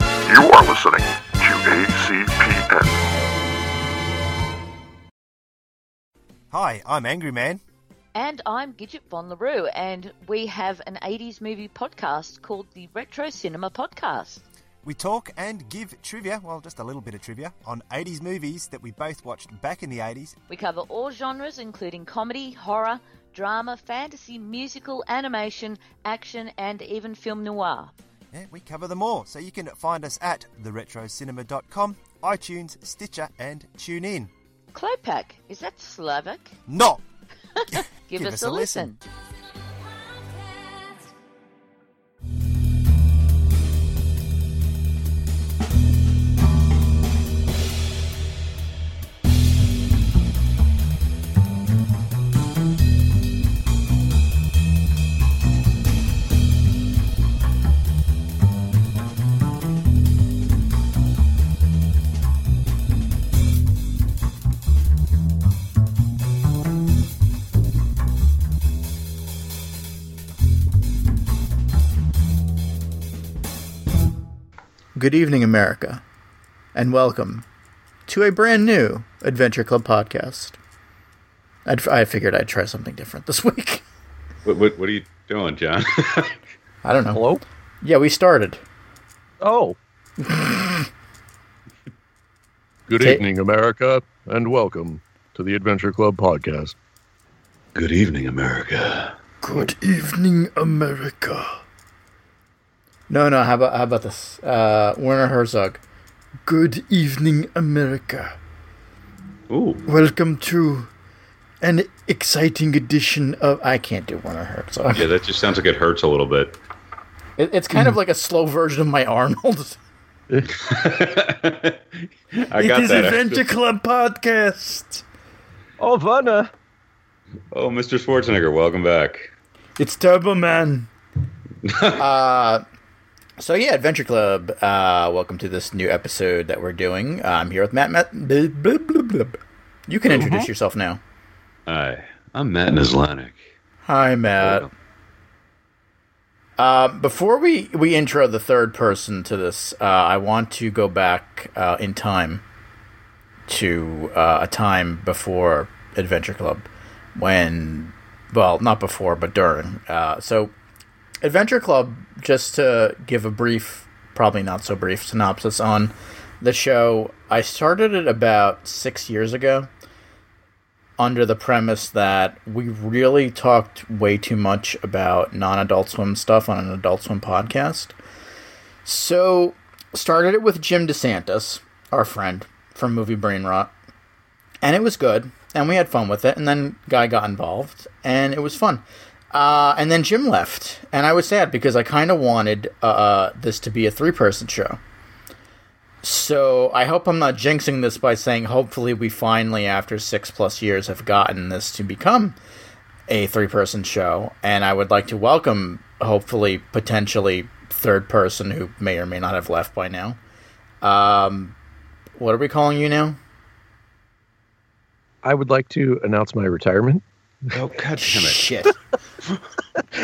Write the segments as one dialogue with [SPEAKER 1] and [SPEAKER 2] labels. [SPEAKER 1] You are listening to ACPN.
[SPEAKER 2] Hi, I'm Angry Man.
[SPEAKER 3] And I'm Gidget Von LaRue, and we have an 80s movie podcast called the Retro Cinema Podcast.
[SPEAKER 2] We talk and give trivia, well, just a little bit of trivia, on 80s movies that we both watched back in the 80s.
[SPEAKER 3] We cover all genres, including comedy, horror, drama, fantasy, musical, animation, action, and even film noir.
[SPEAKER 2] Yeah, we cover them all. So you can find us at theretrocinema.com, iTunes, Stitcher, and TuneIn.
[SPEAKER 3] Klopak, is that Slovak?
[SPEAKER 2] No!
[SPEAKER 3] Give, us, a, listen.
[SPEAKER 4] Good evening, America, and welcome to a brand new Adventure Club podcast. I'd, I figured I'd try something different this week.
[SPEAKER 5] What, what, what are you doing, John?
[SPEAKER 4] I don't know.
[SPEAKER 6] Hello?
[SPEAKER 4] Yeah, we started.
[SPEAKER 6] Oh,
[SPEAKER 7] Good
[SPEAKER 4] Ta-
[SPEAKER 7] evening, America, and welcome to the Adventure Club podcast.
[SPEAKER 5] Good evening, America.
[SPEAKER 4] Good evening, America. No, no. How about how about this? Uh, Werner Herzog. Good evening, America.
[SPEAKER 5] Ooh,
[SPEAKER 4] Welcome to an exciting edition of. I can't do Werner Herzog.
[SPEAKER 5] yeah, that just sounds like it hurts a little bit.
[SPEAKER 4] It, it's kind of like a slow version of my Arnold.
[SPEAKER 5] I
[SPEAKER 4] It
[SPEAKER 5] got
[SPEAKER 4] is
[SPEAKER 5] that.
[SPEAKER 4] Adventure Club podcast.
[SPEAKER 6] oh, Werner.
[SPEAKER 5] Oh, Mr. Schwarzenegger, welcome back.
[SPEAKER 4] It's Turbo Man. uh, so yeah, Adventure Club. Uh, welcome to this new episode that we're doing. Uh, I'm here with Matt. Matt. blah, blah, blah, blah. You can introduce yourself now.
[SPEAKER 5] Hi, I'm Matt Nislanik.
[SPEAKER 4] Hi, Matt. Uh, before we we intro the third person to this, uh, I want to go back uh, in time to uh, a time before Adventure Club, when well, not before, but during. Uh, so, Adventure Club, just to give a brief, probably not so brief synopsis on the show, I started it about six years ago under the premise that we really talked way too much about non Adult Swim stuff on an Adult Swim podcast. So, started it with Jim DeSantis, our friend from Movie Brain Rot, and it was good, and we had fun with it, and then Guy got involved, and it was fun. Uh, and then Jim left, and I was sad because I kind of wanted uh, this to be a three person show. So I hope I'm not jinxing this by saying hopefully we finally, after six plus years, have gotten this to become a three person show. And I would like to welcome, hopefully, potentially third person who may or may not have left by now. Um, what are we calling you now?
[SPEAKER 7] I would like to announce my retirement.
[SPEAKER 5] Oh, God damn it.
[SPEAKER 4] Shit.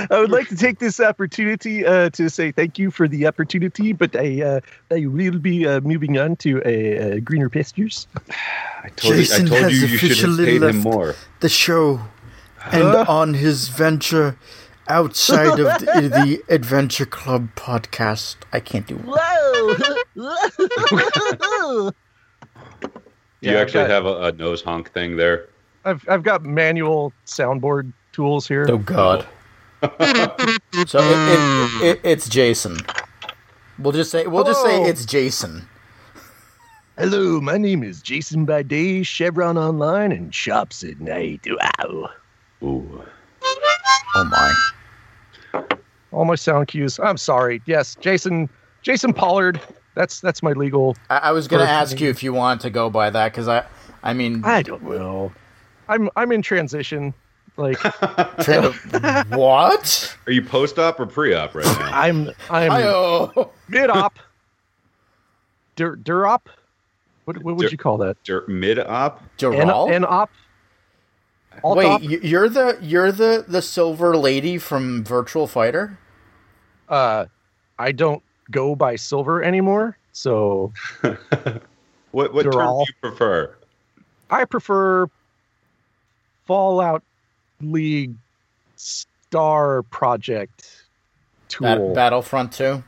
[SPEAKER 6] I would like to take this opportunity uh, to say thank you for the opportunity, but I, uh, I will be uh, moving on to a, uh greener pastures.
[SPEAKER 5] I told
[SPEAKER 4] Jason
[SPEAKER 5] you, I told
[SPEAKER 4] has
[SPEAKER 5] you you should have
[SPEAKER 4] officially
[SPEAKER 5] paid
[SPEAKER 4] left.
[SPEAKER 5] him more.
[SPEAKER 4] the show and on his venture outside of the, the Adventure Club podcast. I can't do
[SPEAKER 6] Whoa!
[SPEAKER 5] Do you
[SPEAKER 6] Yeah, I've
[SPEAKER 5] actually
[SPEAKER 6] got-
[SPEAKER 5] have a, a nose honk thing there?
[SPEAKER 6] I've, I've got manual soundboard tools here.
[SPEAKER 4] Oh God. so it, it, it, it's Jason. We'll just say we'll just say
[SPEAKER 6] Hello.
[SPEAKER 4] it's Jason.
[SPEAKER 6] Hello, my name is Jason by day, Chevron online, and shops at night. Wow.
[SPEAKER 5] Ooh.
[SPEAKER 4] Oh my.
[SPEAKER 6] All my sound cues. I'm sorry. Yes, Jason. Jason Pollard. That's that's my legal
[SPEAKER 4] I, I was gonna
[SPEAKER 6] Perfect.
[SPEAKER 4] ask you if you wanted to go by that because I I mean
[SPEAKER 6] I don't know. I'm I'm in transition. Like
[SPEAKER 4] tra- what?
[SPEAKER 5] Are you post op or pre op right now?
[SPEAKER 6] I'm I'm
[SPEAKER 4] Hi-oh.
[SPEAKER 6] mid op. Dur durop. What what would
[SPEAKER 5] Dur-
[SPEAKER 6] you call that?
[SPEAKER 5] Mid op?
[SPEAKER 6] An
[SPEAKER 4] Geralt?
[SPEAKER 6] an op. Alt
[SPEAKER 4] Wait,
[SPEAKER 6] op?
[SPEAKER 4] y- you're the you're the the silver lady from Virtual Fighter.
[SPEAKER 6] Uh, I don't go by silver anymore. So
[SPEAKER 5] What what
[SPEAKER 6] They're
[SPEAKER 5] term
[SPEAKER 6] all-
[SPEAKER 5] do you prefer?
[SPEAKER 6] I prefer Fallout League Star Project
[SPEAKER 4] Bat-
[SPEAKER 6] tool.
[SPEAKER 4] Battlefront 2.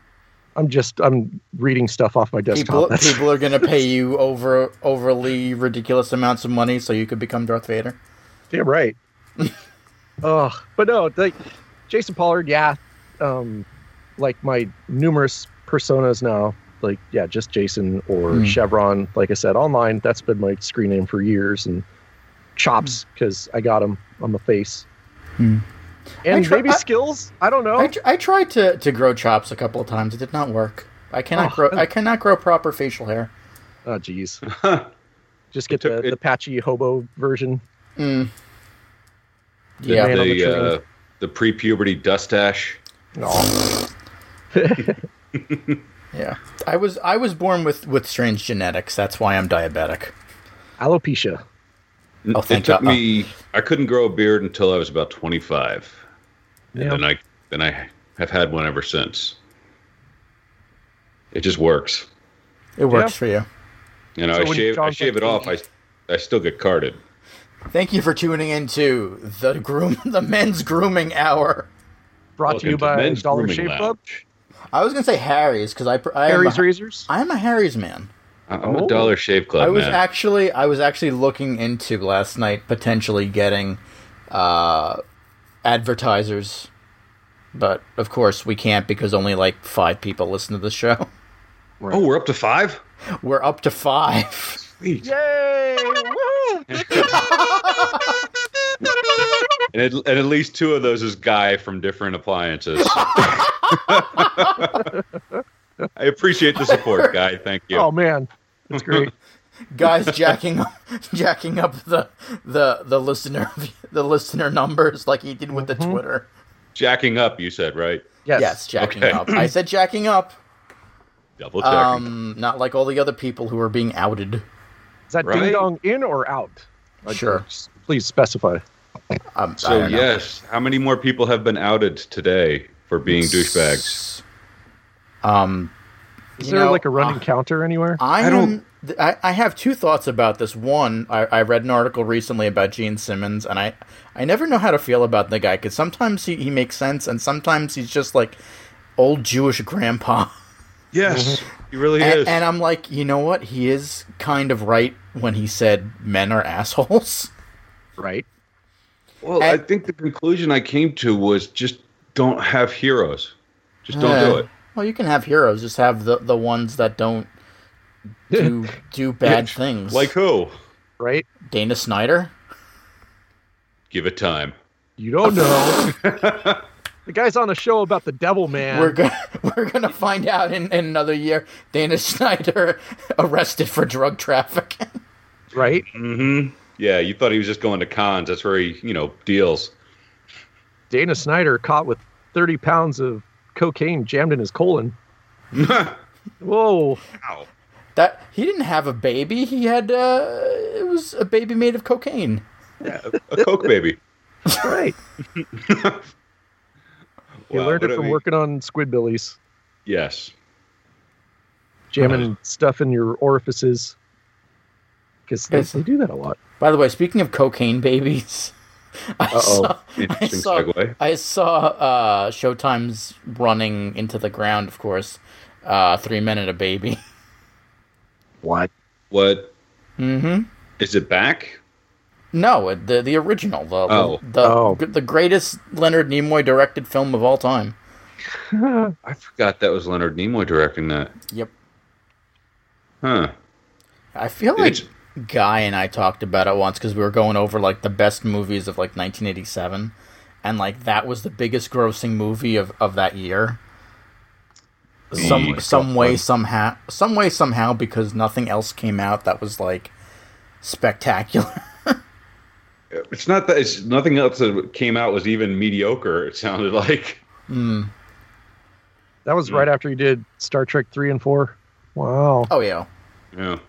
[SPEAKER 6] I'm just I'm reading stuff off my desktop.
[SPEAKER 4] People,
[SPEAKER 6] That's-
[SPEAKER 4] people are going to pay you over overly ridiculous amounts of money so you could become Darth Vader.
[SPEAKER 6] Damn right. Ugh. but no, like Jason Pollard, yeah. Um, like my numerous personas now, like yeah, just Jason or
[SPEAKER 4] Hmm.
[SPEAKER 6] Chevron. Like I said, online that's been my screen name for years, and Chops because I got him on the face,
[SPEAKER 4] Hmm. I
[SPEAKER 6] and
[SPEAKER 4] tr-
[SPEAKER 6] maybe
[SPEAKER 4] I-
[SPEAKER 6] skills. I don't know.
[SPEAKER 4] I, tr- I tried to, to grow chops a couple of times. It did not work. I cannot
[SPEAKER 6] Oh.
[SPEAKER 4] grow. I cannot grow proper facial hair.
[SPEAKER 6] oh jeez,
[SPEAKER 5] I
[SPEAKER 6] just get
[SPEAKER 5] took-
[SPEAKER 6] the,
[SPEAKER 5] it-
[SPEAKER 6] the patchy hobo version.
[SPEAKER 4] Mm. Yeah,
[SPEAKER 6] man on the
[SPEAKER 5] the
[SPEAKER 6] train.
[SPEAKER 5] uh, the pre-puberty mustache.
[SPEAKER 6] No.
[SPEAKER 4] yeah. I was I was born with with strange genetics. That's why I'm diabetic.
[SPEAKER 6] Alopecia.
[SPEAKER 4] Oh,
[SPEAKER 5] it
[SPEAKER 4] thank
[SPEAKER 5] took
[SPEAKER 4] God.
[SPEAKER 5] me. I couldn't grow a beard until I was about twenty-five,
[SPEAKER 6] Yeah.
[SPEAKER 5] and then I then I have had one ever since. It just works.
[SPEAKER 4] It works for you.
[SPEAKER 5] You know,
[SPEAKER 6] So
[SPEAKER 5] I
[SPEAKER 6] when
[SPEAKER 5] shave I
[SPEAKER 6] John's
[SPEAKER 5] shave
[SPEAKER 6] like
[SPEAKER 5] it off. I I still get carded.
[SPEAKER 4] Thank you for tuning in to the groom the men's grooming hour.
[SPEAKER 6] Brought
[SPEAKER 5] Welcome
[SPEAKER 6] to
[SPEAKER 5] to
[SPEAKER 6] you by
[SPEAKER 5] Men's
[SPEAKER 6] Dollar
[SPEAKER 5] Grooming
[SPEAKER 6] Shave
[SPEAKER 5] Lounge.
[SPEAKER 6] Club.
[SPEAKER 4] I was gonna say Harry's because I pr- I am
[SPEAKER 6] Harry's
[SPEAKER 4] a,
[SPEAKER 6] razors.
[SPEAKER 4] I'm a Harry's man.
[SPEAKER 5] I- I'm
[SPEAKER 6] Oh.
[SPEAKER 5] a Dollar Shave Club
[SPEAKER 4] I was
[SPEAKER 5] man.
[SPEAKER 4] actually I was actually looking into last night potentially getting uh, advertisers, but of course we can't because only like five people listen to the show.
[SPEAKER 5] oh, we're up to five.
[SPEAKER 4] We're up to five.
[SPEAKER 6] Yay! Woo!
[SPEAKER 5] And, at- and at least two of those is Guy from Different Appliances. I appreciate the support, Guy. Thank you.
[SPEAKER 6] Oh man, that's great.
[SPEAKER 4] Guys jacking jacking up the the the listener the listener numbers like he did with the
[SPEAKER 6] Mhm.
[SPEAKER 4] Twitter.
[SPEAKER 5] Jacking up, you said, right?
[SPEAKER 6] Yes.
[SPEAKER 4] Yes, jacking
[SPEAKER 5] Okay.
[SPEAKER 4] up. I said jacking up.
[SPEAKER 5] Double checking.
[SPEAKER 4] Um, not like all the other people who are being outed.
[SPEAKER 6] Is that
[SPEAKER 5] Right.
[SPEAKER 6] ding dong in or out?
[SPEAKER 4] Sure.
[SPEAKER 6] s- Please specify.
[SPEAKER 4] Um, I
[SPEAKER 5] so
[SPEAKER 4] don't know.
[SPEAKER 5] yes, how many more people have been outed today for being douchebags?
[SPEAKER 4] Um,
[SPEAKER 6] Is
[SPEAKER 4] You
[SPEAKER 6] there
[SPEAKER 4] know,
[SPEAKER 6] like a running
[SPEAKER 4] uh,
[SPEAKER 6] counter anywhere?
[SPEAKER 4] I,
[SPEAKER 5] I
[SPEAKER 4] don't.
[SPEAKER 5] don't-
[SPEAKER 4] I, I have two thoughts about this. One, I, I read an article recently about Gene Simmons, and I, I never know how to feel about the guy because sometimes he, he makes sense, and sometimes he's just like old Jewish grandpa.
[SPEAKER 5] Yes, he really
[SPEAKER 4] Mm-hmm. And,
[SPEAKER 5] is.
[SPEAKER 4] and I'm like, you know what? He is kind of right when he said men are assholes.
[SPEAKER 6] right.
[SPEAKER 5] well,
[SPEAKER 4] and-
[SPEAKER 5] I think the conclusion I came to was just don't have heroes. Just don't
[SPEAKER 4] Uh,
[SPEAKER 5] do it.
[SPEAKER 4] Well, you can have heroes, just have the, the ones that don't do do bad
[SPEAKER 5] Yeah,
[SPEAKER 4] things.
[SPEAKER 5] Like who?
[SPEAKER 6] Right.
[SPEAKER 4] Dana Snyder.
[SPEAKER 5] Give it time.
[SPEAKER 6] You don't know. the guy's on the show about the devil man.
[SPEAKER 4] We're gonna we're gonna find out in, in another year. Dana Snyder arrested for drug trafficking.
[SPEAKER 6] right.
[SPEAKER 5] Mm-hmm. Yeah, you thought he was just going to cons. That's where he, you know, deals.
[SPEAKER 6] Dana Snyder caught with 30 pounds of cocaine jammed in his colon. Whoa.
[SPEAKER 5] Ow.
[SPEAKER 4] That he didn't have a baby. He had uh, it was a baby made of cocaine.
[SPEAKER 5] Yeah, a Coke baby.
[SPEAKER 6] Right. He
[SPEAKER 5] Wow,
[SPEAKER 6] learned
[SPEAKER 5] what
[SPEAKER 6] it
[SPEAKER 5] a-
[SPEAKER 6] from working on squidbillies,
[SPEAKER 5] Yes.
[SPEAKER 6] jamming stuff in your orifices. Because they,
[SPEAKER 4] Yes.
[SPEAKER 6] they do that a lot.
[SPEAKER 4] By the way, speaking of cocaine babies, I
[SPEAKER 6] Uh-oh.
[SPEAKER 4] saw I
[SPEAKER 5] Interesting
[SPEAKER 4] saw
[SPEAKER 5] segue.
[SPEAKER 4] I saw uh, Showtime's running into the ground. Of course, uh, three men and a baby.
[SPEAKER 6] What?
[SPEAKER 5] What
[SPEAKER 4] Mm-hmm.
[SPEAKER 5] is it back?
[SPEAKER 4] No, uh, the the original, the
[SPEAKER 5] Oh.
[SPEAKER 4] the,
[SPEAKER 6] Oh.
[SPEAKER 4] the greatest Leonard Nimoy directed film of all time.
[SPEAKER 5] I forgot that was Leonard Nimoy directing that.
[SPEAKER 4] Yep.
[SPEAKER 5] Huh.
[SPEAKER 4] I feel like
[SPEAKER 5] It's-
[SPEAKER 4] Guy and I talked about it once because we were going over like the best movies of like 1987, and like that was the biggest grossing movie of, of that year. Some
[SPEAKER 5] The-
[SPEAKER 4] some way somehow some way somehow because nothing else came out that was like spectacular.
[SPEAKER 5] It's not that it's nothing else that came out was even mediocre, it sounded like.
[SPEAKER 4] Mm.
[SPEAKER 6] That was right after he did Star Trek 3 and 4. Wow.
[SPEAKER 4] Oh yeah.
[SPEAKER 5] Yeah.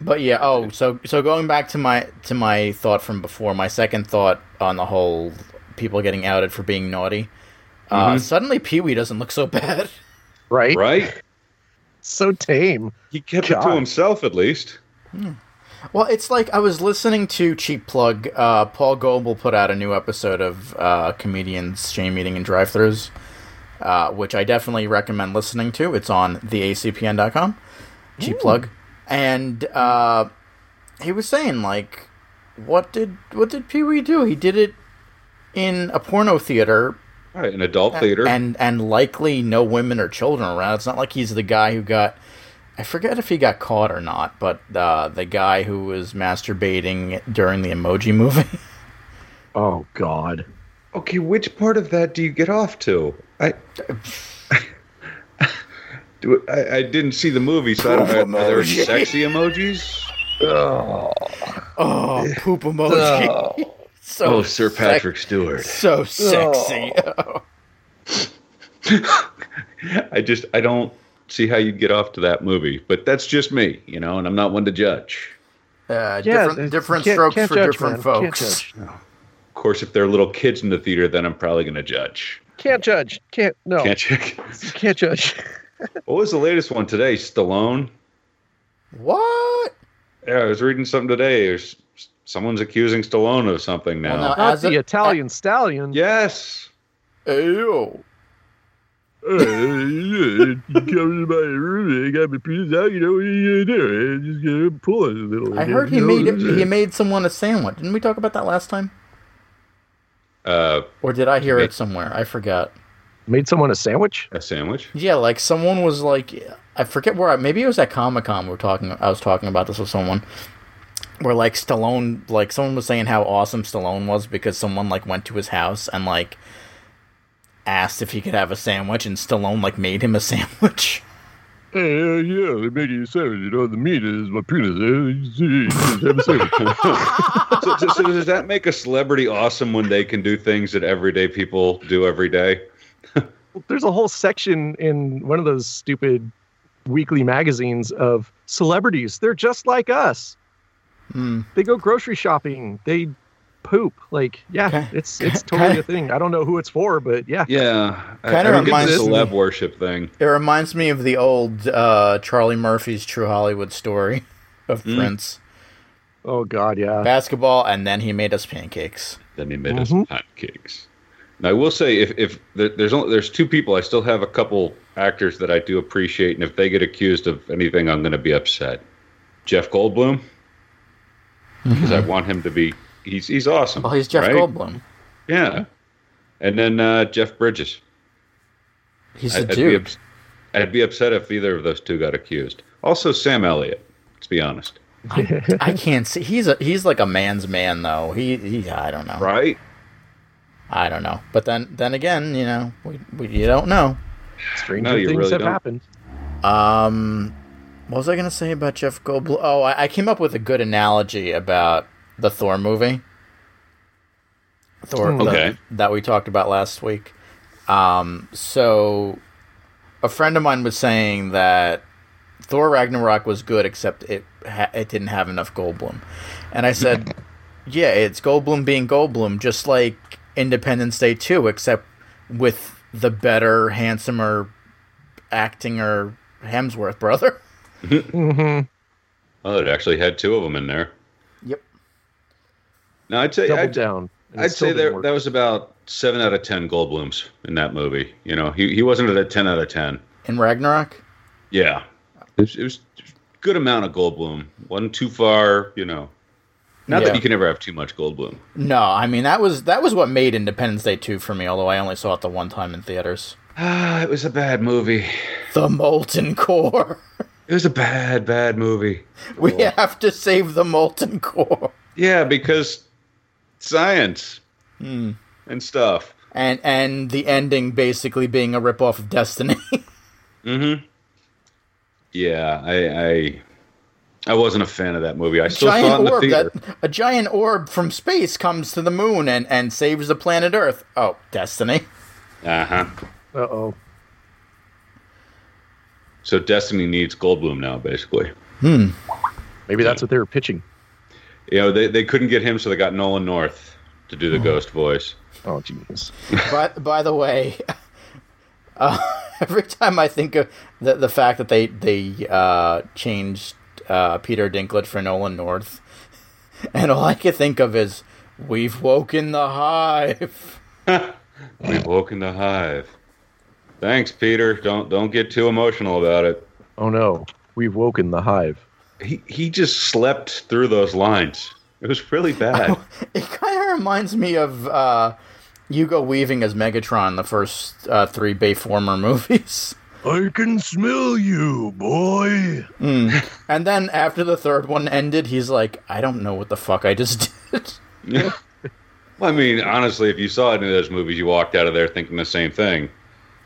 [SPEAKER 4] But yeah, oh, so so going back to my to my thought from before, my second thought on the whole people getting outed for being naughty. Uh,
[SPEAKER 5] Mhm.
[SPEAKER 4] Suddenly, Pee Wee doesn't look so bad.
[SPEAKER 6] Right?
[SPEAKER 5] Right?
[SPEAKER 6] so tame.
[SPEAKER 5] He kept it
[SPEAKER 6] God.
[SPEAKER 5] to himself at least.
[SPEAKER 4] Well, it's like I was listening to Cheap Plug. Uh, Paul Goebel put out a new episode of uh, Comedians Shame Eating and Drive Throughs, uh, which I definitely recommend listening to. It's on theacpn.com. Cheap Plug. And uh, he was saying, like, what did what did Pee Wee do? He did it in a porno theater
[SPEAKER 5] Right, an adult theater.
[SPEAKER 4] and and likely no women or children around. It's not like he's the guy who got I forget if he got caught or not, but uh, the guy who was masturbating during the Emoji movie.
[SPEAKER 6] Oh God.
[SPEAKER 5] okay, which part of that do you get off to? I. Do, I, I didn't see the movie, so I don't know. Are there
[SPEAKER 4] Emoji.
[SPEAKER 5] sexy emojis?
[SPEAKER 4] oh, poop emoji. so
[SPEAKER 5] Oh, Sir
[SPEAKER 4] sec-
[SPEAKER 5] Patrick Stewart.
[SPEAKER 4] so
[SPEAKER 6] Oh.
[SPEAKER 4] sexy. Uh,
[SPEAKER 5] I just I don't see how you'd get off to that movie, but that's just me, you know, and I'm not one to judge.
[SPEAKER 4] Uh,
[SPEAKER 6] Yeah,
[SPEAKER 4] different
[SPEAKER 6] it's-
[SPEAKER 4] different
[SPEAKER 6] can't-
[SPEAKER 4] strokes
[SPEAKER 6] can't
[SPEAKER 4] for
[SPEAKER 6] judge,
[SPEAKER 4] different
[SPEAKER 6] man. Can't
[SPEAKER 4] folks.
[SPEAKER 6] judge.
[SPEAKER 5] Of course, if there are little kids in the theater, then I'm probably going to judge.
[SPEAKER 6] Can't judge. Can't no.
[SPEAKER 5] Can't check.
[SPEAKER 6] can't judge.
[SPEAKER 5] Oh. What was the latest one today? Stallone.
[SPEAKER 4] What?
[SPEAKER 5] Yeah, I was reading something today. There's someone's accusing Stallone of something now.
[SPEAKER 4] Well,
[SPEAKER 6] Not
[SPEAKER 4] As
[SPEAKER 6] the
[SPEAKER 4] a-
[SPEAKER 6] Italian stallion.
[SPEAKER 5] Yes.
[SPEAKER 4] Ew.
[SPEAKER 7] you come to my room, I got my penis out, you know what are you gonna do? I just gonna pull it a little.
[SPEAKER 4] I heard he
[SPEAKER 7] You
[SPEAKER 4] made
[SPEAKER 7] know,
[SPEAKER 4] he made someone a sandwich. Didn't we talk about that last time?
[SPEAKER 5] Uh,
[SPEAKER 4] Or did I hear
[SPEAKER 5] Made-
[SPEAKER 4] it somewhere? I forgot.
[SPEAKER 6] Made someone a sandwich.
[SPEAKER 5] a sandwich.
[SPEAKER 4] Yeah, like someone was like, I forget where. I, maybe it was at Comic Con. We were talking. I was talking about this with someone. Where like Stallone, like someone was saying how awesome Stallone was because someone like went to his house and like asked if he could have a sandwich, and Stallone like made him a sandwich.
[SPEAKER 7] Hey, uh, yeah, they made you a sandwich, you know, the meat is my penis. Uh, you see, you just have a sandwich.
[SPEAKER 5] So, so- so does that make a celebrity awesome when they can do things that everyday people do every day?
[SPEAKER 6] There's a whole section in one of those stupid weekly magazines of celebrities. They're just like us.
[SPEAKER 4] Hmm.
[SPEAKER 6] They go grocery shopping. They poop. Like yeah,
[SPEAKER 4] Ki-
[SPEAKER 6] it's
[SPEAKER 4] ki-
[SPEAKER 6] it's totally
[SPEAKER 4] kinda-
[SPEAKER 6] a thing. I don't know who it's for, but yeah.
[SPEAKER 5] Yeah, I, I
[SPEAKER 4] Kinda
[SPEAKER 5] don't get the
[SPEAKER 4] reminds me-
[SPEAKER 5] celeb worship thing.
[SPEAKER 4] It reminds me of the old uh, Charlie Murphy's True Hollywood Story of
[SPEAKER 5] Mm.
[SPEAKER 4] Prince
[SPEAKER 6] Oh God, yeah.
[SPEAKER 4] basketball, and then he made us pancakes.
[SPEAKER 5] Then he made
[SPEAKER 6] Mhm.
[SPEAKER 5] us hotcakes. And I will say, if if there, there's only, there's two people, I still have a couple actors that I do appreciate, and if they get accused of anything, I'm going to be upset. Jeff Goldblum, because I want him to be. He's he's awesome.
[SPEAKER 4] Well, Mm-hmm. Oh, he's Jeff
[SPEAKER 5] right?
[SPEAKER 4] Goldblum.
[SPEAKER 5] Yeah, and then uh, Jeff Bridges.
[SPEAKER 4] He's
[SPEAKER 5] I-
[SPEAKER 4] a
[SPEAKER 5] I'd, be
[SPEAKER 4] dude.
[SPEAKER 5] ups- I'd be upset if either of those two got accused. Also, Sam Elliott. Let's be honest,
[SPEAKER 4] I can't see. He's a he's like a man's man though. He he. I don't know.
[SPEAKER 5] right?
[SPEAKER 4] I don't know. But then then again, you know, we, we you don't know.
[SPEAKER 6] Stranger
[SPEAKER 5] No, you
[SPEAKER 6] things
[SPEAKER 5] really
[SPEAKER 6] have
[SPEAKER 5] don't.
[SPEAKER 6] happened.
[SPEAKER 4] Um, what was I gonna say about Jeff Goldblum? Oh, I, I came up with a good analogy about the Thor movie. Thor
[SPEAKER 6] Hmm.
[SPEAKER 4] the-
[SPEAKER 5] Okay.
[SPEAKER 4] that we talked about last week. Um, so a friend of mine was saying that Thor Ragnarok was good, except it ha- it didn't have enough Goldblum, and I said, "Yeah, it's Goldblum being Goldblum, just like Independence Day two, except with the better, handsomer acting or Hemsworth brother."
[SPEAKER 6] hmm
[SPEAKER 5] Oh, it actually had two of them in there.
[SPEAKER 4] Yep.
[SPEAKER 5] No, I'd say
[SPEAKER 6] Double
[SPEAKER 5] I'd,
[SPEAKER 6] down. And it
[SPEAKER 5] I'd
[SPEAKER 6] still
[SPEAKER 5] say
[SPEAKER 6] didn't
[SPEAKER 5] there,
[SPEAKER 6] work.
[SPEAKER 5] that was about seven out of ten Goldblums in that movie. You know, he, he wasn't at a ten out of ten.
[SPEAKER 4] In Ragnarok,
[SPEAKER 5] Yeah, it was, it was a good amount of Goldblum. wasn't too far. You know, not
[SPEAKER 4] Yeah.
[SPEAKER 5] that you can ever have too much Goldblum.
[SPEAKER 4] no, I mean that was that was what made Independence Day two for me. Although I only saw it the one time in theaters.
[SPEAKER 5] Ah, it was a bad movie.
[SPEAKER 4] The molten core.
[SPEAKER 5] It was a bad, bad movie.
[SPEAKER 4] We have to save the molten core.
[SPEAKER 5] Yeah, because science
[SPEAKER 4] Hmm.
[SPEAKER 5] and stuff.
[SPEAKER 4] and and the ending basically being a ripoff of Destiny.
[SPEAKER 5] Mm-hmm. Yeah, I, I, I wasn't a fan of that movie. I still saw it in the
[SPEAKER 4] orb
[SPEAKER 5] theater.
[SPEAKER 4] that a giant orb from space comes to the moon and and saves the planet Earth. Oh, Destiny.
[SPEAKER 5] Uh huh.
[SPEAKER 6] Uh oh.
[SPEAKER 5] So Destiny needs Goldblum now, basically.
[SPEAKER 4] Hmm.
[SPEAKER 6] Maybe that's what they were pitching.
[SPEAKER 5] You know, they, they couldn't get him, so they got Nolan North to
[SPEAKER 4] Oh.
[SPEAKER 5] do the ghost voice.
[SPEAKER 6] Oh, jeez.
[SPEAKER 4] But by the way, uh, Every time I think of the the fact that they they uh, changed uh, Peter Dinklage for Nolan North, and all I can think of is we've woken the hive.
[SPEAKER 5] We've woken the hive. Thanks, Peter. Don't don't get too emotional about it.
[SPEAKER 6] Oh no, we've woken the hive.
[SPEAKER 5] He he just slept through those lines. It was really bad.
[SPEAKER 4] It kind of reminds me of uh, Hugo Weaving as Megatron, the first uh, three Bayformer movies.
[SPEAKER 7] I can smell you, boy.
[SPEAKER 4] Mm. And then after the third one ended, he's like, I don't know what the fuck I just did.
[SPEAKER 5] well, I mean, honestly, if you saw any of those movies, you walked out of there thinking the same thing.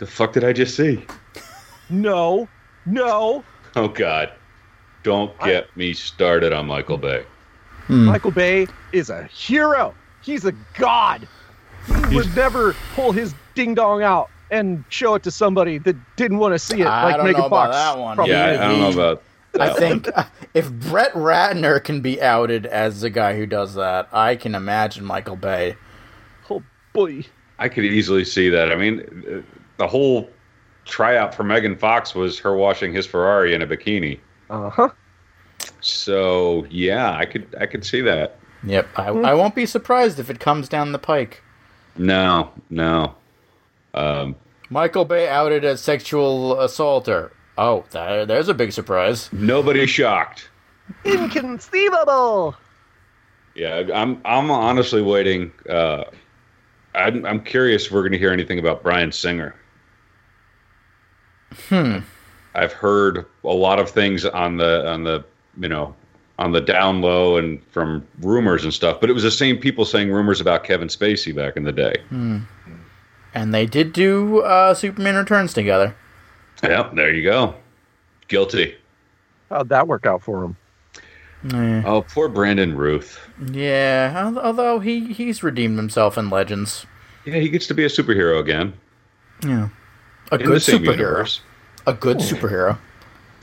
[SPEAKER 5] The fuck did I just see?
[SPEAKER 6] No, no.
[SPEAKER 5] Oh God! Don't get me started on Michael Bay.
[SPEAKER 4] Hmm.
[SPEAKER 6] Michael Bay is a hero. He's a god. He would never pull his ding dong out and show it to somebody that didn't want to see it,
[SPEAKER 4] I
[SPEAKER 6] like
[SPEAKER 4] don't
[SPEAKER 6] Megan
[SPEAKER 4] know about
[SPEAKER 6] Fox.
[SPEAKER 4] that one.
[SPEAKER 6] probably
[SPEAKER 5] yeah, I,
[SPEAKER 6] did.
[SPEAKER 5] I don't know about.
[SPEAKER 4] I think uh, if Brett Ratner can be outed as the guy who does that, I can imagine Michael Bay.
[SPEAKER 6] Oh boy.
[SPEAKER 5] I could easily see that. I mean, the whole tryout for Megan Fox was her washing his Ferrari in a bikini.
[SPEAKER 6] Uh huh.
[SPEAKER 5] So yeah, I could I could see that.
[SPEAKER 4] Yep, I, I won't be surprised if it comes down the pike.
[SPEAKER 5] No, no. Um,
[SPEAKER 4] Michael Bay outed as sexual assaulter. Oh, there, there's a big surprise.
[SPEAKER 5] nobody shocked.
[SPEAKER 6] Inconceivable.
[SPEAKER 5] Yeah, I'm I'm honestly waiting. Uh, I'm I'm curious if we're going to hear anything about Brian Singer.
[SPEAKER 4] Hmm.
[SPEAKER 5] I've heard a lot of things on the on the you know on the down low and from rumors and stuff, but it was the same people saying rumors about Kevin Spacey back in the day.
[SPEAKER 4] Hmm. And they did do uh, Superman Returns together.
[SPEAKER 5] Yep, there you go. Guilty.
[SPEAKER 6] How'd that work out for him?
[SPEAKER 4] Eh,
[SPEAKER 5] Oh, poor Brandon Ruth.
[SPEAKER 4] Yeah, al- although he, he's redeemed himself in Legends.
[SPEAKER 5] Yeah, he gets to be a superhero again.
[SPEAKER 4] Yeah. A
[SPEAKER 5] In the
[SPEAKER 4] good
[SPEAKER 5] same
[SPEAKER 4] superhero.
[SPEAKER 5] universe.
[SPEAKER 4] A good superhero.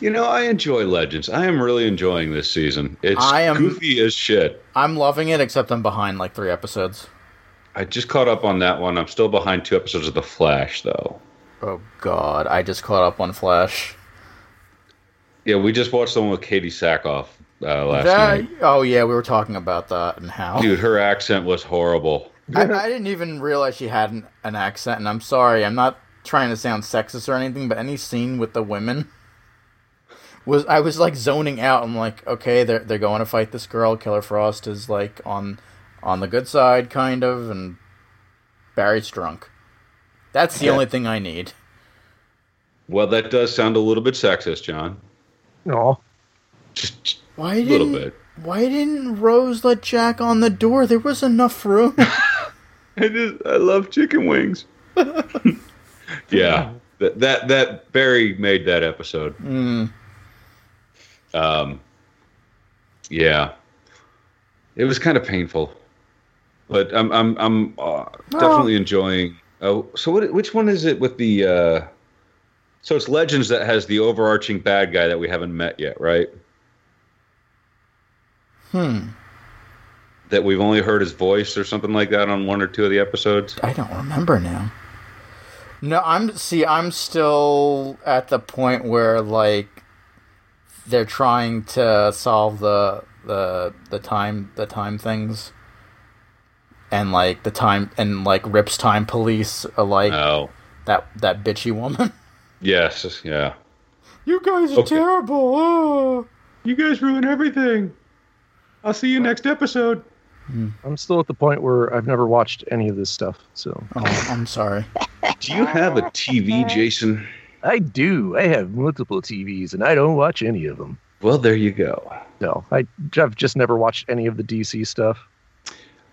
[SPEAKER 5] You know, I enjoy Legends. I am really enjoying this season. It's
[SPEAKER 4] I am-
[SPEAKER 5] goofy as shit.
[SPEAKER 4] I'm loving it, except I'm behind like three episodes.
[SPEAKER 5] I just caught up on that one. I'm still behind two episodes of The Flash, though.
[SPEAKER 4] Oh God, I just caught up on Flash.
[SPEAKER 5] Yeah, we just watched the one with Katie Sackhoff uh, last
[SPEAKER 4] That-
[SPEAKER 5] night.
[SPEAKER 4] oh yeah, we were talking about that and how.
[SPEAKER 5] Dude, her accent was horrible.
[SPEAKER 4] I, I didn't even realize she had an, an accent, and I'm sorry, I'm not trying to sound sexist or anything, but any scene with the women was I was like zoning out. I'm like, okay, they're they're going to fight this girl. Killer Frost is like on on the good side, kind of, and Barry's drunk. That's the
[SPEAKER 5] Yeah.
[SPEAKER 4] only thing I need.
[SPEAKER 5] Well, that does sound a little bit sexist, John.
[SPEAKER 6] No.
[SPEAKER 5] Just, just
[SPEAKER 4] Why
[SPEAKER 5] a
[SPEAKER 4] didn't
[SPEAKER 5] little bit.
[SPEAKER 4] Why didn't Rose let Jack on the door? There was enough room.
[SPEAKER 5] I just I love chicken wings. yeah, that, that that Barry made that episode.
[SPEAKER 4] Mm.
[SPEAKER 5] Um, yeah, it was kind of painful, but I'm I'm I'm uh, definitely enjoying. Oh, so what? Which one is it with the? Uh, so it's Legends that has the overarching bad guy that we haven't met yet, right?
[SPEAKER 4] Hmm.
[SPEAKER 5] That we've only heard his voice or something like that on one or two of the episodes.
[SPEAKER 4] I don't remember now. No, I'm see. I'm still at the point where like they're trying to solve the the the time the time things, and like the time and like Rip's time police are like
[SPEAKER 5] Oh,
[SPEAKER 4] that that bitchy woman.
[SPEAKER 5] yes, yeah.
[SPEAKER 4] you guys are
[SPEAKER 5] Okay.
[SPEAKER 4] terrible. oh.
[SPEAKER 5] You guys ruin everything. I'll see you next episode.
[SPEAKER 6] I'm still at the point where I've never watched any of this stuff, so
[SPEAKER 4] oh, I'm sorry.
[SPEAKER 5] Do you have a TV, Jason?
[SPEAKER 6] I do. I have multiple TVs, and I don't watch any of them.
[SPEAKER 5] Well, there you go.
[SPEAKER 6] No, I, I've just never watched any of the DC stuff.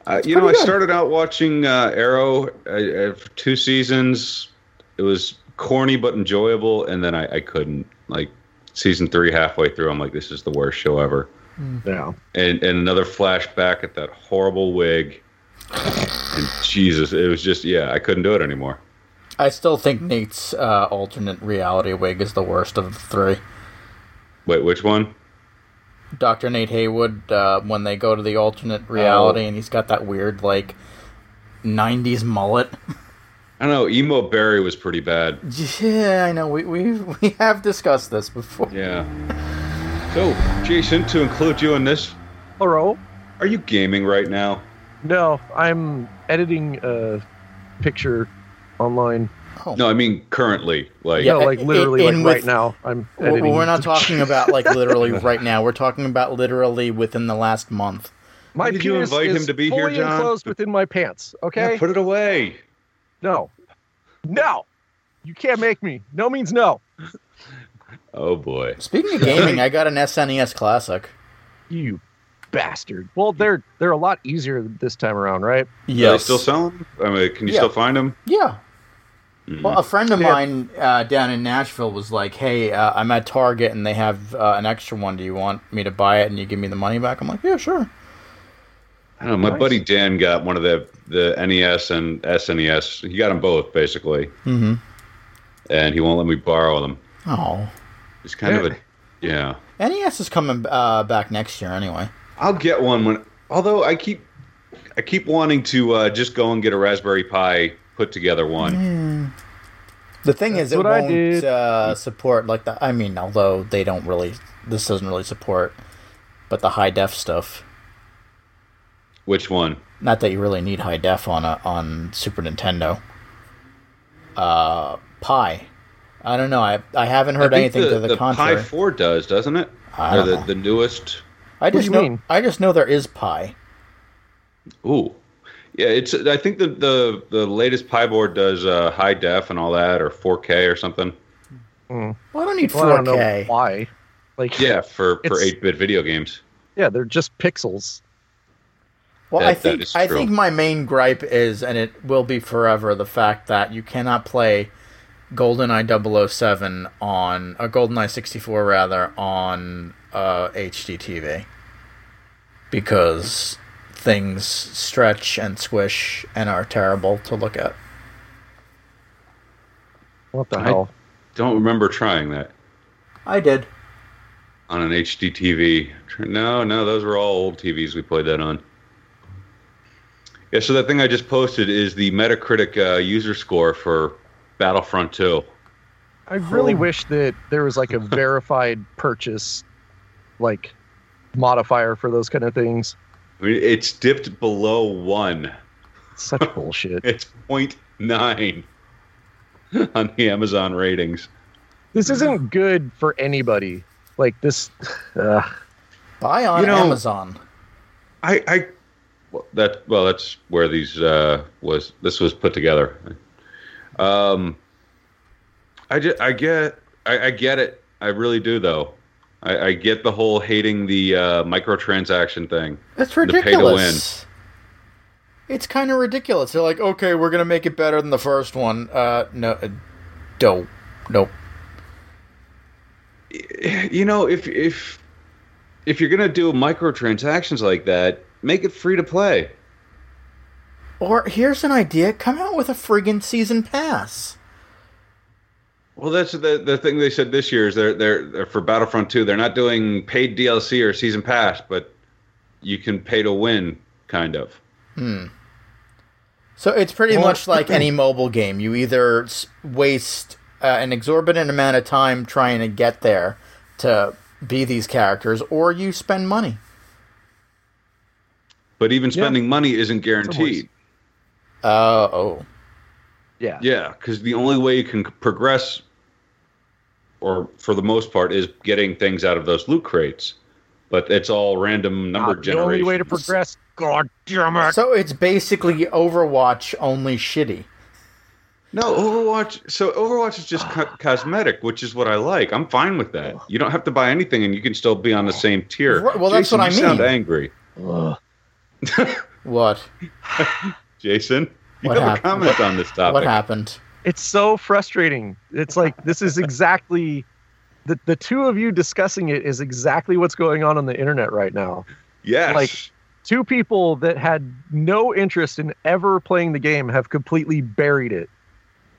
[SPEAKER 5] Uh, you know,
[SPEAKER 4] pretty
[SPEAKER 5] I
[SPEAKER 4] good.
[SPEAKER 5] started out watching uh, Arrow uh, uh, for two seasons. It was corny but enjoyable, and then I, I couldn't. Like season three, halfway through, I'm like, this is the worst show ever.
[SPEAKER 6] No.
[SPEAKER 5] And and another flashback at that horrible wig. And Jesus, it was just yeah, I couldn't do it anymore.
[SPEAKER 4] I still think Nate's uh, alternate reality wig is the worst of the three.
[SPEAKER 5] Wait, which one?
[SPEAKER 4] Dr. Nate Haywood uh, when they go to the Oh. alternate reality and he's got that weird like 90s mullet.
[SPEAKER 5] I don't know. Emo Barry was pretty bad.
[SPEAKER 4] Yeah, I know. We we we have discussed this before.
[SPEAKER 5] Yeah. So, Jason, to include you in this,
[SPEAKER 6] Hello?
[SPEAKER 5] are you gaming right now?
[SPEAKER 6] No, I'm editing a picture online.
[SPEAKER 4] Oh.
[SPEAKER 5] No, I mean currently. Like,
[SPEAKER 4] Yeah,
[SPEAKER 6] no, like
[SPEAKER 4] in-
[SPEAKER 6] literally,
[SPEAKER 4] in
[SPEAKER 6] like
[SPEAKER 4] with-
[SPEAKER 6] right now, I'm
[SPEAKER 4] Well,
[SPEAKER 6] editing.
[SPEAKER 4] we're not talking about like literally right now. We're talking about literally within the last month.
[SPEAKER 6] My
[SPEAKER 5] Did you
[SPEAKER 6] penis
[SPEAKER 5] invite him
[SPEAKER 6] is
[SPEAKER 5] to be here,
[SPEAKER 6] fully
[SPEAKER 5] John?
[SPEAKER 6] enclosed within my pants. Okay.
[SPEAKER 5] yeah, put it away.
[SPEAKER 6] no. No. You can't make me. No means no.
[SPEAKER 5] Oh boy.
[SPEAKER 4] Speaking of gaming, I got an SNES Classic.
[SPEAKER 6] You bastard. Well, they're they're a lot easier this time around, right?
[SPEAKER 5] Are they
[SPEAKER 4] Yes.
[SPEAKER 5] still selling? 'em? I mean, can you
[SPEAKER 4] Yeah.
[SPEAKER 5] still find them?
[SPEAKER 4] yeah.
[SPEAKER 5] Mm.
[SPEAKER 4] Well, a friend of
[SPEAKER 6] Yeah.
[SPEAKER 4] mine uh, down in Nashville was like, "Hey, uh, I'm at Target and they have uh, an extra one. Do you want me to buy it and you give me the money back?" I'm like, "Yeah, sure."
[SPEAKER 5] I don't know. My
[SPEAKER 6] Nice.
[SPEAKER 5] buddy Dan got one of the the NES and SNES. He got them both basically,
[SPEAKER 4] Mm-hmm.
[SPEAKER 5] and he won't let me borrow them.
[SPEAKER 4] Oh,
[SPEAKER 5] It's kind of a yeah.
[SPEAKER 4] NES E is coming uh, back next year anyway.
[SPEAKER 5] I'll get one when. Although I keep I keep wanting to uh, just go and get a Raspberry Pi put together one.
[SPEAKER 4] Mm. The thing is,
[SPEAKER 6] That's
[SPEAKER 4] it
[SPEAKER 6] what I
[SPEAKER 4] won't
[SPEAKER 6] did.
[SPEAKER 4] uh, support like the. I mean, although they don't really, this doesn't really support, but the high def stuff.
[SPEAKER 5] Which one?
[SPEAKER 4] Not that you really need high def on a on Super Nintendo. Uh, Pi. I don't know. I I haven't heard
[SPEAKER 5] I think
[SPEAKER 4] anything
[SPEAKER 5] the,
[SPEAKER 4] to the,
[SPEAKER 5] the
[SPEAKER 4] contrary.
[SPEAKER 5] Pi Four does, doesn't it?
[SPEAKER 4] I
[SPEAKER 5] or
[SPEAKER 4] don't
[SPEAKER 5] the,
[SPEAKER 4] know.
[SPEAKER 5] the newest.
[SPEAKER 4] I just
[SPEAKER 6] do
[SPEAKER 4] know.
[SPEAKER 6] you mean?
[SPEAKER 4] I just know there is Pi.
[SPEAKER 5] Ooh, yeah. It's I think the the, the latest Pi board does uh, high def and all that, or 4K or something.
[SPEAKER 4] Well, I don't need
[SPEAKER 6] Well, I don't
[SPEAKER 4] four
[SPEAKER 6] know
[SPEAKER 4] K.
[SPEAKER 6] why. Like
[SPEAKER 5] Yeah, for for
[SPEAKER 6] It's-
[SPEAKER 5] eight bit video games.
[SPEAKER 6] yeah, they're just pixels.
[SPEAKER 4] Well,
[SPEAKER 5] That-
[SPEAKER 4] I
[SPEAKER 5] that
[SPEAKER 4] think
[SPEAKER 5] is
[SPEAKER 4] I
[SPEAKER 5] true.
[SPEAKER 4] think my main gripe is, and it will be forever, the fact that you cannot play GoldenEye 007 on a GoldenEye 64 rather on uh, HDTV because things stretch and squish and are terrible to look at.
[SPEAKER 6] What the
[SPEAKER 5] I-
[SPEAKER 6] hell?
[SPEAKER 5] Don't remember trying that
[SPEAKER 4] I did.
[SPEAKER 5] on an HD TV. No, no, those were all old TVs we played that on. Yeah, so that thing I just posted is the Metacritic uh, user score for Battlefront 2.
[SPEAKER 6] I really wish that there was like a verified purchase, like modifier for those kind of things.
[SPEAKER 5] I mean, it's dipped below one.
[SPEAKER 6] Such bullshit.
[SPEAKER 5] It's 0.9 on the Amazon ratings.
[SPEAKER 6] This isn't good for anybody. Like this. Uh,
[SPEAKER 4] Buy on
[SPEAKER 5] You know-
[SPEAKER 4] Amazon.
[SPEAKER 5] I, I well, that well, that's where these uh, was this was put together. Um, I just, I get I, I get it. I really do though. I, I get the whole hating the uh, microtransaction thing.
[SPEAKER 4] It's
[SPEAKER 5] pay to
[SPEAKER 4] ridiculous. It's kind of ridiculous. They're like, okay, we're gonna make it better than the first one. Uh, no, uh, dope, nope.
[SPEAKER 5] You know, if if if you're gonna do microtransactions like that, make it free to play.
[SPEAKER 4] Or here's an idea: come out with a friggin' season pass.
[SPEAKER 5] Well, that's the the thing they said this year is they're they're, they're for Battlefront Two. They're not doing paid DLC or season pass, but you can pay to win, kind of.
[SPEAKER 4] So it's pretty
[SPEAKER 5] Well-
[SPEAKER 4] much like any mobile game. You either s- waste uh, an exorbitant amount of time trying to get there to be these characters, or you spend money.
[SPEAKER 5] But even spending money isn't guaranteed.
[SPEAKER 4] Uh, oh,
[SPEAKER 6] yeah.
[SPEAKER 5] Yeah, because the only way you can progress, or for the most part, is getting things out of those loot crates. But it's all random
[SPEAKER 4] Ah,
[SPEAKER 5] number
[SPEAKER 6] the
[SPEAKER 5] generation.
[SPEAKER 6] only way to progress. God damn it.
[SPEAKER 4] so it's basically Overwatch only shitty.
[SPEAKER 5] No, Overwatch. So Overwatch is just co- cosmetic, which is what I like. I'm fine with that. You don't have to buy anything, and you can still be on the same tier.
[SPEAKER 4] Oh. Right, well, that's
[SPEAKER 5] Jason,
[SPEAKER 4] what I
[SPEAKER 5] you Sound
[SPEAKER 4] mean.
[SPEAKER 5] angry,
[SPEAKER 6] Ugh.
[SPEAKER 4] What?
[SPEAKER 5] Jason? You
[SPEAKER 4] What
[SPEAKER 5] have
[SPEAKER 4] happened?
[SPEAKER 5] a comment on this topic.
[SPEAKER 4] What happened?
[SPEAKER 6] It's so frustrating. It's like this is exactly the the two of you discussing it is exactly what's going on on the internet right now.
[SPEAKER 5] Yes.
[SPEAKER 6] Like, Two people that had no interest in ever playing the game have completely buried it.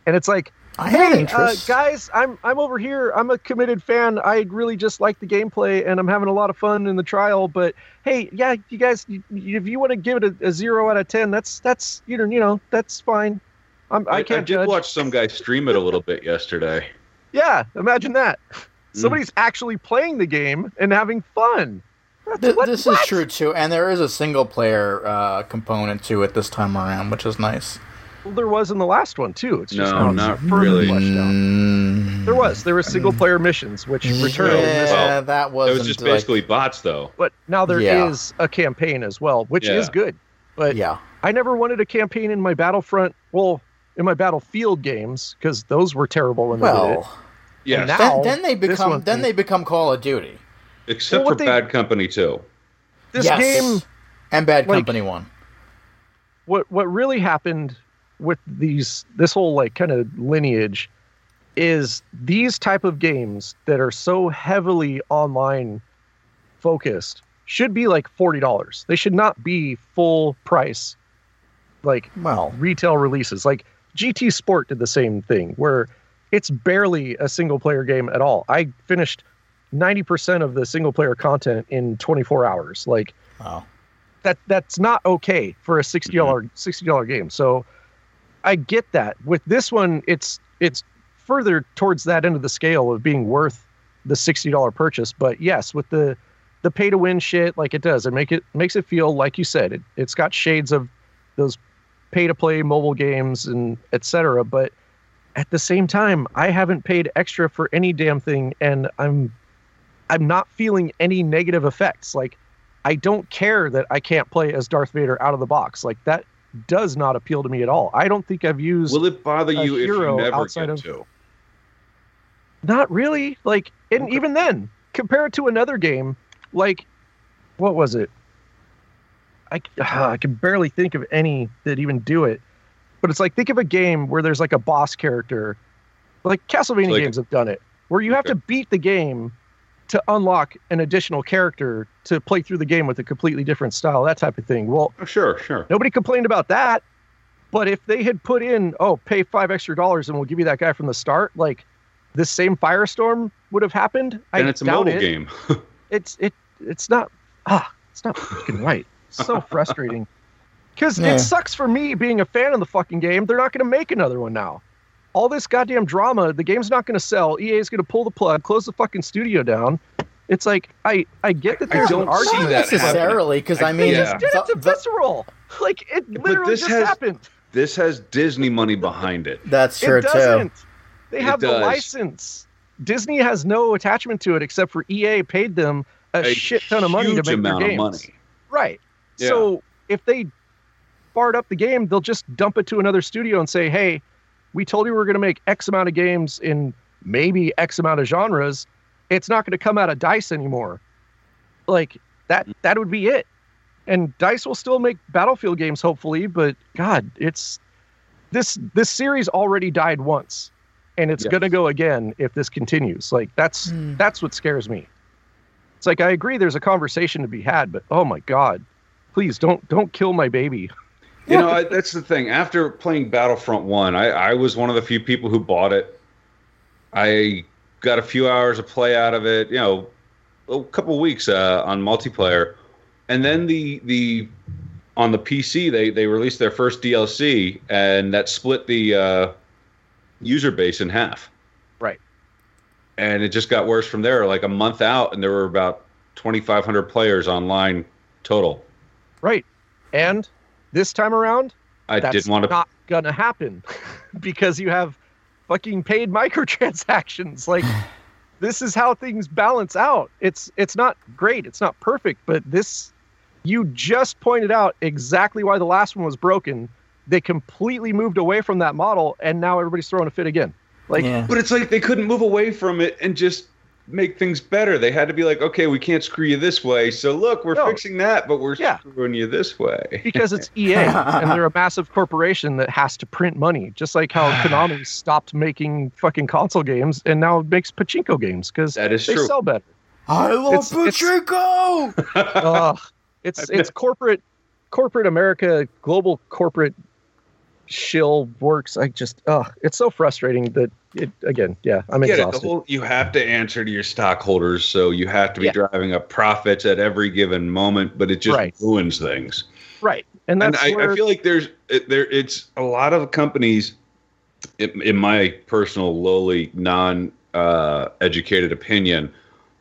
[SPEAKER 6] And it's like
[SPEAKER 4] I had
[SPEAKER 6] Uh,
[SPEAKER 4] interest.
[SPEAKER 6] guys, I'm I'm over here. I'm a committed fan. I really just like the gameplay, and I'm having a lot of fun in the trial. But hey, yeah, you guys, you, you- if you want to give it a, a zero out of ten, that's that's you know you know that's fine. I'm, I,
[SPEAKER 5] I,
[SPEAKER 6] can't
[SPEAKER 5] did
[SPEAKER 6] judge.
[SPEAKER 5] watch some guy stream it a little bit yesterday.
[SPEAKER 6] Yeah, imagine that.
[SPEAKER 5] Mm.
[SPEAKER 6] Somebody's actually playing the game and having fun. That's,
[SPEAKER 4] Th-
[SPEAKER 6] what-
[SPEAKER 4] this is
[SPEAKER 6] what?
[SPEAKER 4] true too, and there is a single player uh, component to it this time around, which is nice.
[SPEAKER 6] Well, there was in the last one too. It's just
[SPEAKER 5] No,
[SPEAKER 6] not
[SPEAKER 5] not
[SPEAKER 6] further
[SPEAKER 5] really.
[SPEAKER 6] fleshed out.
[SPEAKER 4] Mm.
[SPEAKER 6] There was there were single player missions which Return of
[SPEAKER 4] Yeah,
[SPEAKER 6] missed,
[SPEAKER 5] Well,
[SPEAKER 4] that
[SPEAKER 5] It
[SPEAKER 4] wasn't
[SPEAKER 5] was just
[SPEAKER 4] like-
[SPEAKER 5] basically bots, though.
[SPEAKER 6] but now there is
[SPEAKER 4] Yeah.
[SPEAKER 6] a campaign as well, which
[SPEAKER 5] Yeah.
[SPEAKER 6] is good. But
[SPEAKER 4] yeah,
[SPEAKER 6] I never wanted a campaign in my Battlefront. Well, in my Battlefield games because those were terrible when they did it.
[SPEAKER 4] well,
[SPEAKER 5] Yes,
[SPEAKER 6] Now-
[SPEAKER 4] then, then they
[SPEAKER 6] this
[SPEAKER 4] become
[SPEAKER 6] one-
[SPEAKER 4] then they become Call of Duty.
[SPEAKER 5] except
[SPEAKER 6] Well,
[SPEAKER 5] for
[SPEAKER 6] what they-
[SPEAKER 5] Bad Company too.
[SPEAKER 6] This
[SPEAKER 4] Yes.
[SPEAKER 6] game
[SPEAKER 4] and Bad
[SPEAKER 6] like-
[SPEAKER 4] Company one.
[SPEAKER 6] what what really happened with these this whole like kind of lineage is these type of games that are so heavily online focused should be like $40. They should not be full price like
[SPEAKER 4] Well,
[SPEAKER 6] retail releases. Like GT Sport did the same thing where it's barely a single player game at all. I finished 90% of the single player content in 24 hours. Like
[SPEAKER 4] oh.
[SPEAKER 6] that that's not okay for a sixty dollar sixty dollar game. So I get that. With this one, it's it's further towards that end of the scale of being worth the sixty dollar purchase. But yes, with the the pay to win shit, like it does, it make it makes it feel like you said it. It's got shades of those pay to play mobile games and etc. But at the same time, I haven't paid extra for any damn thing, and I'm I'm not feeling any negative effects. Like I don't care that I can't play as Darth Vader out of the box. Like that does not appeal to me at all. I don't think I've used
[SPEAKER 5] Will it bother
[SPEAKER 6] a
[SPEAKER 5] you if you
[SPEAKER 6] hero
[SPEAKER 5] never
[SPEAKER 6] outside
[SPEAKER 5] get
[SPEAKER 6] of-
[SPEAKER 5] to?
[SPEAKER 6] not really. Like and
[SPEAKER 5] Okay.
[SPEAKER 6] even then, compare it to another game, like what was it? I uh, I can barely think of any that even do it. But it's like think of a game where there's like a boss character. Like Castlevania
[SPEAKER 5] Like-
[SPEAKER 6] games have done it, where you have
[SPEAKER 5] Okay.
[SPEAKER 6] to beat the game to unlock an additional character to play through the game with a completely different style, that type of thing. Well,
[SPEAKER 5] Oh, sure, sure.
[SPEAKER 6] Nobody complained about that. But if they had put in, oh, pay five extra dollars and we'll give you that guy from the start, like this same firestorm would have happened.
[SPEAKER 5] and
[SPEAKER 6] I
[SPEAKER 5] it's a
[SPEAKER 6] doubt
[SPEAKER 5] mobile
[SPEAKER 6] it.
[SPEAKER 5] game.
[SPEAKER 6] It's it it's not ah, it's not fucking right. It's so frustrating. Cause
[SPEAKER 4] Yeah.
[SPEAKER 6] it sucks for me being a fan of the fucking game. They're not gonna make another one now. All this goddamn drama, the game's not gonna sell. EA is gonna pull the plug, close the fucking studio down. It's like I I get that
[SPEAKER 5] I
[SPEAKER 6] there's
[SPEAKER 5] don't
[SPEAKER 6] an
[SPEAKER 5] see
[SPEAKER 6] argument.
[SPEAKER 4] Not
[SPEAKER 5] that happening.
[SPEAKER 4] necessarily, because I,
[SPEAKER 5] I-
[SPEAKER 4] mean,
[SPEAKER 6] They
[SPEAKER 5] Yeah.
[SPEAKER 6] just did it to
[SPEAKER 4] the- the-
[SPEAKER 6] visceral. Like it literally
[SPEAKER 5] this
[SPEAKER 6] just
[SPEAKER 5] has-
[SPEAKER 6] happened.
[SPEAKER 5] This has Disney money behind it.
[SPEAKER 4] that's true
[SPEAKER 6] it doesn't.
[SPEAKER 4] too.
[SPEAKER 6] They
[SPEAKER 5] It
[SPEAKER 6] have the
[SPEAKER 5] does.
[SPEAKER 6] license. Disney has no attachment to it except for EA paid them a, shit ton of money to
[SPEAKER 5] huge
[SPEAKER 6] make
[SPEAKER 5] amount
[SPEAKER 6] their
[SPEAKER 5] of
[SPEAKER 6] games.
[SPEAKER 5] money.
[SPEAKER 6] Right.
[SPEAKER 5] Yeah.
[SPEAKER 6] So if they barred up the game, they'll just dump it to another studio and say, "Hey, we told you we are going to make X amount of games in maybe X amount of genres. It's not going to come out of Dice anymore." Like that.
[SPEAKER 5] Mm.
[SPEAKER 6] That would be it. And Dice will still make Battlefield games, hopefully. But God, it's this this series already died once, and it's
[SPEAKER 5] Yes.
[SPEAKER 6] going to go again if this continues. Like that's
[SPEAKER 4] Hmm.
[SPEAKER 6] that's what scares me. It's like I agree there's a conversation to be had, but oh my god, please don't don't kill my baby.
[SPEAKER 5] You know, I, that's the thing. After playing Battlefront One, I, I was one of the few people who bought it. I got a few hours of play out of it. You know, a couple weeks uh, on multiplayer, and then the the on the PC they they released their first DLC, and that split the uh, user base in half.
[SPEAKER 6] Right.
[SPEAKER 5] And it just got worse from there. Like a month out, and there were about twenty five hundred players online total.
[SPEAKER 6] Right. And this time around,
[SPEAKER 5] I
[SPEAKER 6] that's
[SPEAKER 5] didn't want to
[SPEAKER 6] not gonna happen because you have fucking paid microtransactions. Like this is how things balance out. It's it's not great, it's not perfect, but this you just pointed out exactly why the last one was broken. They completely moved away from that model and now everybody's throwing a fit again. Like
[SPEAKER 4] yeah.
[SPEAKER 5] But it's like they couldn't move away from it and just make things better. They had to be like, okay, we can't screw you this way. So look, we're
[SPEAKER 6] No.
[SPEAKER 5] fixing that, but we're
[SPEAKER 6] Yeah.
[SPEAKER 5] screwing you this way.
[SPEAKER 6] because it's EA and they're a massive corporation that has to print money, just like how Konami stopped making fucking console games and now makes pachinko games because
[SPEAKER 5] That is
[SPEAKER 6] they
[SPEAKER 5] true.
[SPEAKER 6] sell better.
[SPEAKER 4] I love
[SPEAKER 6] It's- it's-
[SPEAKER 4] Pachinko!
[SPEAKER 6] Ugh. It's it's corporate corporate America, global corporate shill works. I just ugh, it's so frustrating that it again, yeah, I'm
[SPEAKER 5] Get it. The
[SPEAKER 6] exhausted.
[SPEAKER 5] whole, you have to answer to your stockholders, so you have to be
[SPEAKER 6] Yeah.
[SPEAKER 5] driving up profits at every given moment, but it just
[SPEAKER 6] Right.
[SPEAKER 5] ruins things.
[SPEAKER 6] right. And that's
[SPEAKER 5] and I,
[SPEAKER 6] where
[SPEAKER 5] I feel like there's it, there it's a lot of companies in, in my personal lowly non uh, educated opinion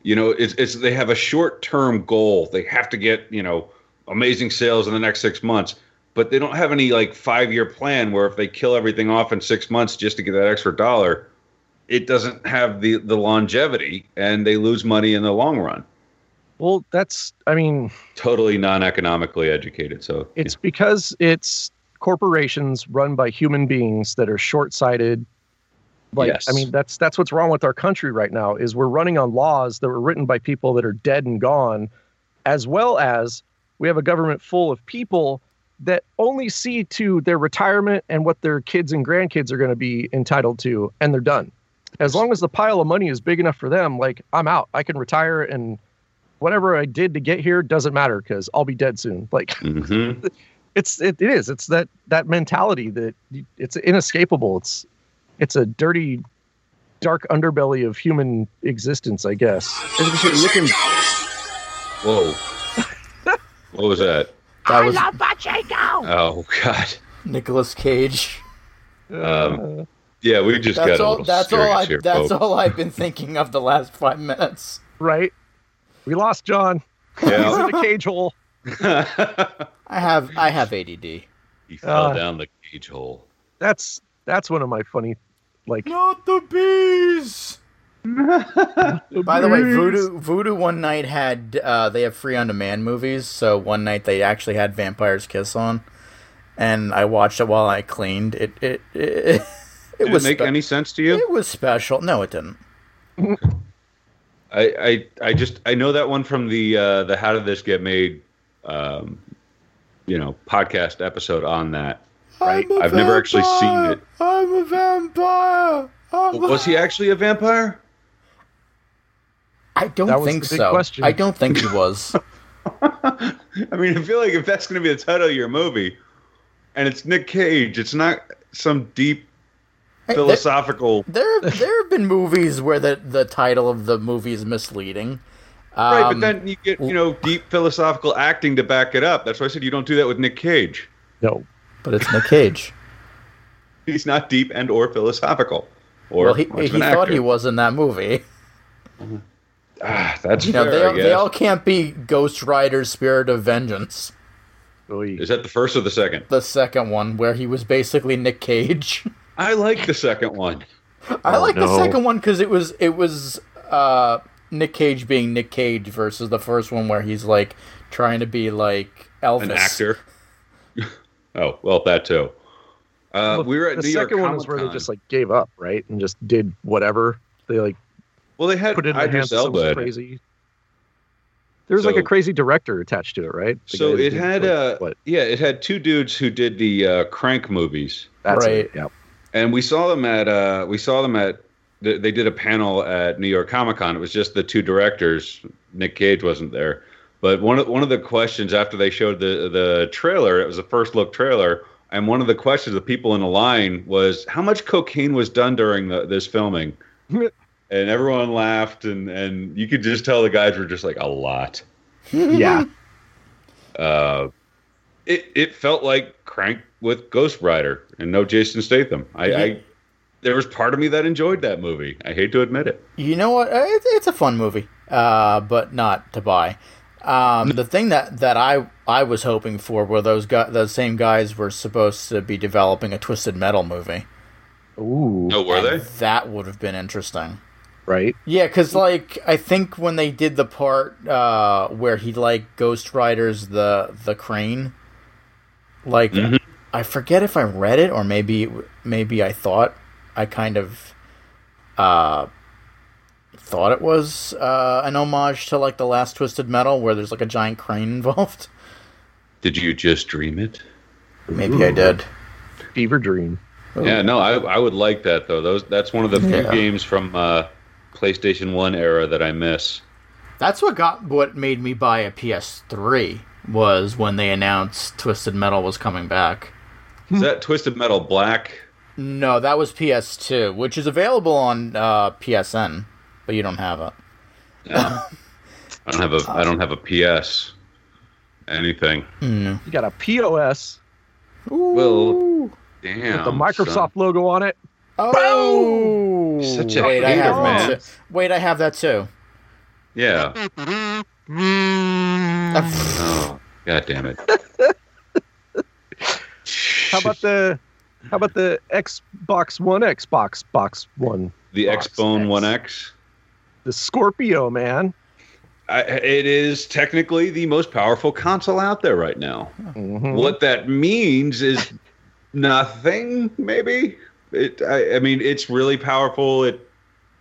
[SPEAKER 5] you know it's, it's they have a short term goal they have to get you know amazing sales in the next six months but they don't have any like five year plan where if they kill everything off in six months just to get that extra dollar it doesn't have the the longevity and they lose money in the long run
[SPEAKER 6] Well, that's, I mean,
[SPEAKER 5] totally non economically educated so
[SPEAKER 6] It's because it's corporations run by human beings that are short-sighted. Like
[SPEAKER 5] Yes.
[SPEAKER 6] I mean, that's that's what's wrong with our country right now is we're running on laws that were written by people that are dead and gone, as well as we have a government full of people that only see to their retirement and what their kids and grandkids are going to be entitled to, and they're done. As long as the pile of money is big enough for them, like I'm out, I can retire, and whatever I did to get here doesn't matter because I'll be dead soon. Like
[SPEAKER 5] hmm
[SPEAKER 6] it's it, it is it's that that mentality that y- it's inescapable it's it's a dirty dark underbelly of human existence i guess
[SPEAKER 4] looking
[SPEAKER 5] Whoa. what was that?
[SPEAKER 4] that was
[SPEAKER 5] Oh God.
[SPEAKER 4] Nicolas Cage.
[SPEAKER 5] Um, yeah, we just
[SPEAKER 4] That's
[SPEAKER 5] got a
[SPEAKER 4] all.
[SPEAKER 5] little
[SPEAKER 4] That's all.
[SPEAKER 5] serious
[SPEAKER 4] I,
[SPEAKER 5] here,
[SPEAKER 4] that's
[SPEAKER 5] folks.
[SPEAKER 4] all I've been thinking of the last five minutes.
[SPEAKER 6] right we lost john he's in a cage hole
[SPEAKER 5] Yeah.
[SPEAKER 4] I have. I have ADD.
[SPEAKER 5] he fell
[SPEAKER 6] Uh.
[SPEAKER 5] down the cage hole.
[SPEAKER 6] that's that's one of my funny like
[SPEAKER 4] Not the bees. By the way, Voodoo Voodoo one night had uh, they have free on demand movies, so one night they actually had Vampire's Kiss on, and I watched it while I cleaned. It it it, it
[SPEAKER 5] Did it,
[SPEAKER 4] was
[SPEAKER 5] make
[SPEAKER 4] spe-
[SPEAKER 5] any sense to you?
[SPEAKER 4] it was special. No, it didn't.
[SPEAKER 5] I, I, I just I know that one from the uh, the How Did This Get Made, um, you know, podcast episode on that.
[SPEAKER 6] Right.
[SPEAKER 5] I've never actually seen it.
[SPEAKER 4] I'm a vampire.
[SPEAKER 5] Was he actually a vampire?
[SPEAKER 4] I don't
[SPEAKER 6] That was
[SPEAKER 4] think
[SPEAKER 6] the big
[SPEAKER 4] so.
[SPEAKER 6] question.
[SPEAKER 4] I don't think he was.
[SPEAKER 5] I mean, I feel like if that's going to be the title of your movie, and it's Nick Cage, it's not some deep
[SPEAKER 4] Hey, there-
[SPEAKER 5] philosophical.
[SPEAKER 4] There, there have been movies where the, the title of the movie is misleading. Um,
[SPEAKER 5] right, but then you get you know deep philosophical acting to back it up. That's why I said you don't do that with Nick Cage.
[SPEAKER 6] no
[SPEAKER 4] but it's Nick Cage.
[SPEAKER 5] He's not deep and or philosophical. Or
[SPEAKER 4] well, he,
[SPEAKER 5] much
[SPEAKER 4] he
[SPEAKER 5] of an
[SPEAKER 4] thought he
[SPEAKER 5] actor.
[SPEAKER 4] was in that movie.
[SPEAKER 5] Ah, that's
[SPEAKER 4] You know,
[SPEAKER 5] fair,
[SPEAKER 4] they,
[SPEAKER 5] I
[SPEAKER 4] all, they
[SPEAKER 5] guess.
[SPEAKER 4] all can't be Ghost Rider's Spirit of Vengeance,
[SPEAKER 6] Oy.
[SPEAKER 5] Is that the first or the second?
[SPEAKER 4] the second one where he was basically Nick Cage.
[SPEAKER 5] I like the second one. Oh,
[SPEAKER 4] I like the
[SPEAKER 6] no.
[SPEAKER 4] second one because it was it was uh, Nick Cage being Nick Cage versus the first one where he's like trying to be like Elvis.
[SPEAKER 5] An actor. oh well, that too. Uh,
[SPEAKER 6] Well,
[SPEAKER 5] we were at
[SPEAKER 6] the
[SPEAKER 5] New York
[SPEAKER 6] second one
[SPEAKER 5] Comic
[SPEAKER 6] is where they
[SPEAKER 5] Con.
[SPEAKER 6] just like gave up right and just did whatever they like
[SPEAKER 5] well, they had
[SPEAKER 6] put it in the
[SPEAKER 5] Idris
[SPEAKER 6] hands of
[SPEAKER 5] Elba. in
[SPEAKER 6] someone
[SPEAKER 5] it.
[SPEAKER 6] crazy there was like
[SPEAKER 5] So-
[SPEAKER 6] a crazy director attached to it right The guy
[SPEAKER 5] So
[SPEAKER 6] that
[SPEAKER 5] it
[SPEAKER 6] did,
[SPEAKER 5] had
[SPEAKER 6] like,
[SPEAKER 5] uh,
[SPEAKER 6] what
[SPEAKER 5] yeah, it had two dudes who did the uh, crank movies.
[SPEAKER 6] that's
[SPEAKER 4] Right.
[SPEAKER 6] it. yeah
[SPEAKER 5] and we saw them at uh, we saw them at th- they did a panel at New York Comic Con. It was just the two directors. Nick Cage wasn't there, but one of one of the questions after they showed the the trailer, it was a first look trailer, and one of the questions the people in the line was how much cocaine was done during the, this filming, and everyone laughed, and and you could just tell the guys were just like a lot
[SPEAKER 6] yeah
[SPEAKER 5] uh, it it felt like Crank with Ghost Rider and no Jason Statham. I,
[SPEAKER 4] Yeah.
[SPEAKER 5] I there was part of me that enjoyed that movie. I hate to admit it.
[SPEAKER 4] You know what? Uh, It's, it's a fun movie, uh, but not to buy. Um, the thing that, that I I was hoping for were those guys, those same guys were supposed to be developing a twisted metal movie.
[SPEAKER 6] ooh
[SPEAKER 5] No, Oh, were
[SPEAKER 4] And
[SPEAKER 5] they?
[SPEAKER 4] That would have been interesting.
[SPEAKER 6] right
[SPEAKER 4] Yeah, because like I think when they did the part uh, where he like Ghost Riders the the crane, like
[SPEAKER 5] Mhm.
[SPEAKER 4] I forget if I read it or maybe maybe I thought I kind of uh, thought it was uh, an homage to like the last Twisted Metal where there's like a giant crane involved.
[SPEAKER 5] Did you just dream it?
[SPEAKER 4] Maybe I did.
[SPEAKER 6] fever dream
[SPEAKER 5] Yeah, no, I I would like that though. Those that's one of the few
[SPEAKER 4] Oh. Yeah.
[SPEAKER 5] games from uh, PlayStation One era that I miss.
[SPEAKER 4] That's what got what made me buy a PS3 was when they announced Twisted Metal was coming back. Hmm.
[SPEAKER 5] Is that Twisted Metal Black?
[SPEAKER 4] No, that was PS2, which is available on uh, PSN, but you don't have it.
[SPEAKER 5] I don't have a I don't have a PS. Anything?
[SPEAKER 4] Mm.
[SPEAKER 6] you got a pos
[SPEAKER 5] Well, damn. Oh,
[SPEAKER 6] the Microsoft logo on it.
[SPEAKER 4] Oh,
[SPEAKER 5] Such a
[SPEAKER 4] wait, I
[SPEAKER 5] hater,
[SPEAKER 4] have one
[SPEAKER 5] man.
[SPEAKER 4] too.
[SPEAKER 6] Oh,
[SPEAKER 4] Wait, I have that too.
[SPEAKER 5] Yeah.
[SPEAKER 6] Mm.
[SPEAKER 4] Uh, pff,
[SPEAKER 5] Oh, God damn it.
[SPEAKER 6] How about the how about the Xbox One Xbox Box One?
[SPEAKER 5] the
[SPEAKER 6] Box
[SPEAKER 5] Xbone
[SPEAKER 6] X.
[SPEAKER 5] One X?
[SPEAKER 6] The Scorpio, man.
[SPEAKER 5] I, it is technically the most powerful console out there right now.
[SPEAKER 6] Mhm.
[SPEAKER 5] What that means is nothing. Maybe it. I, I mean, it's really powerful. It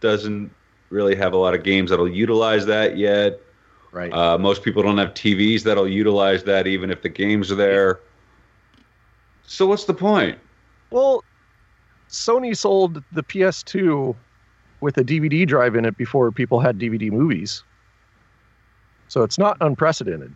[SPEAKER 5] doesn't really have a lot of games that'll utilize that yet.
[SPEAKER 4] right.
[SPEAKER 5] Uh, most people don't have TVs that'll utilize that, even if the games are there. So what's the point?
[SPEAKER 6] Well, Sony sold the PS2 with a DVD drive in it before people had DVD movies. So it's not unprecedented,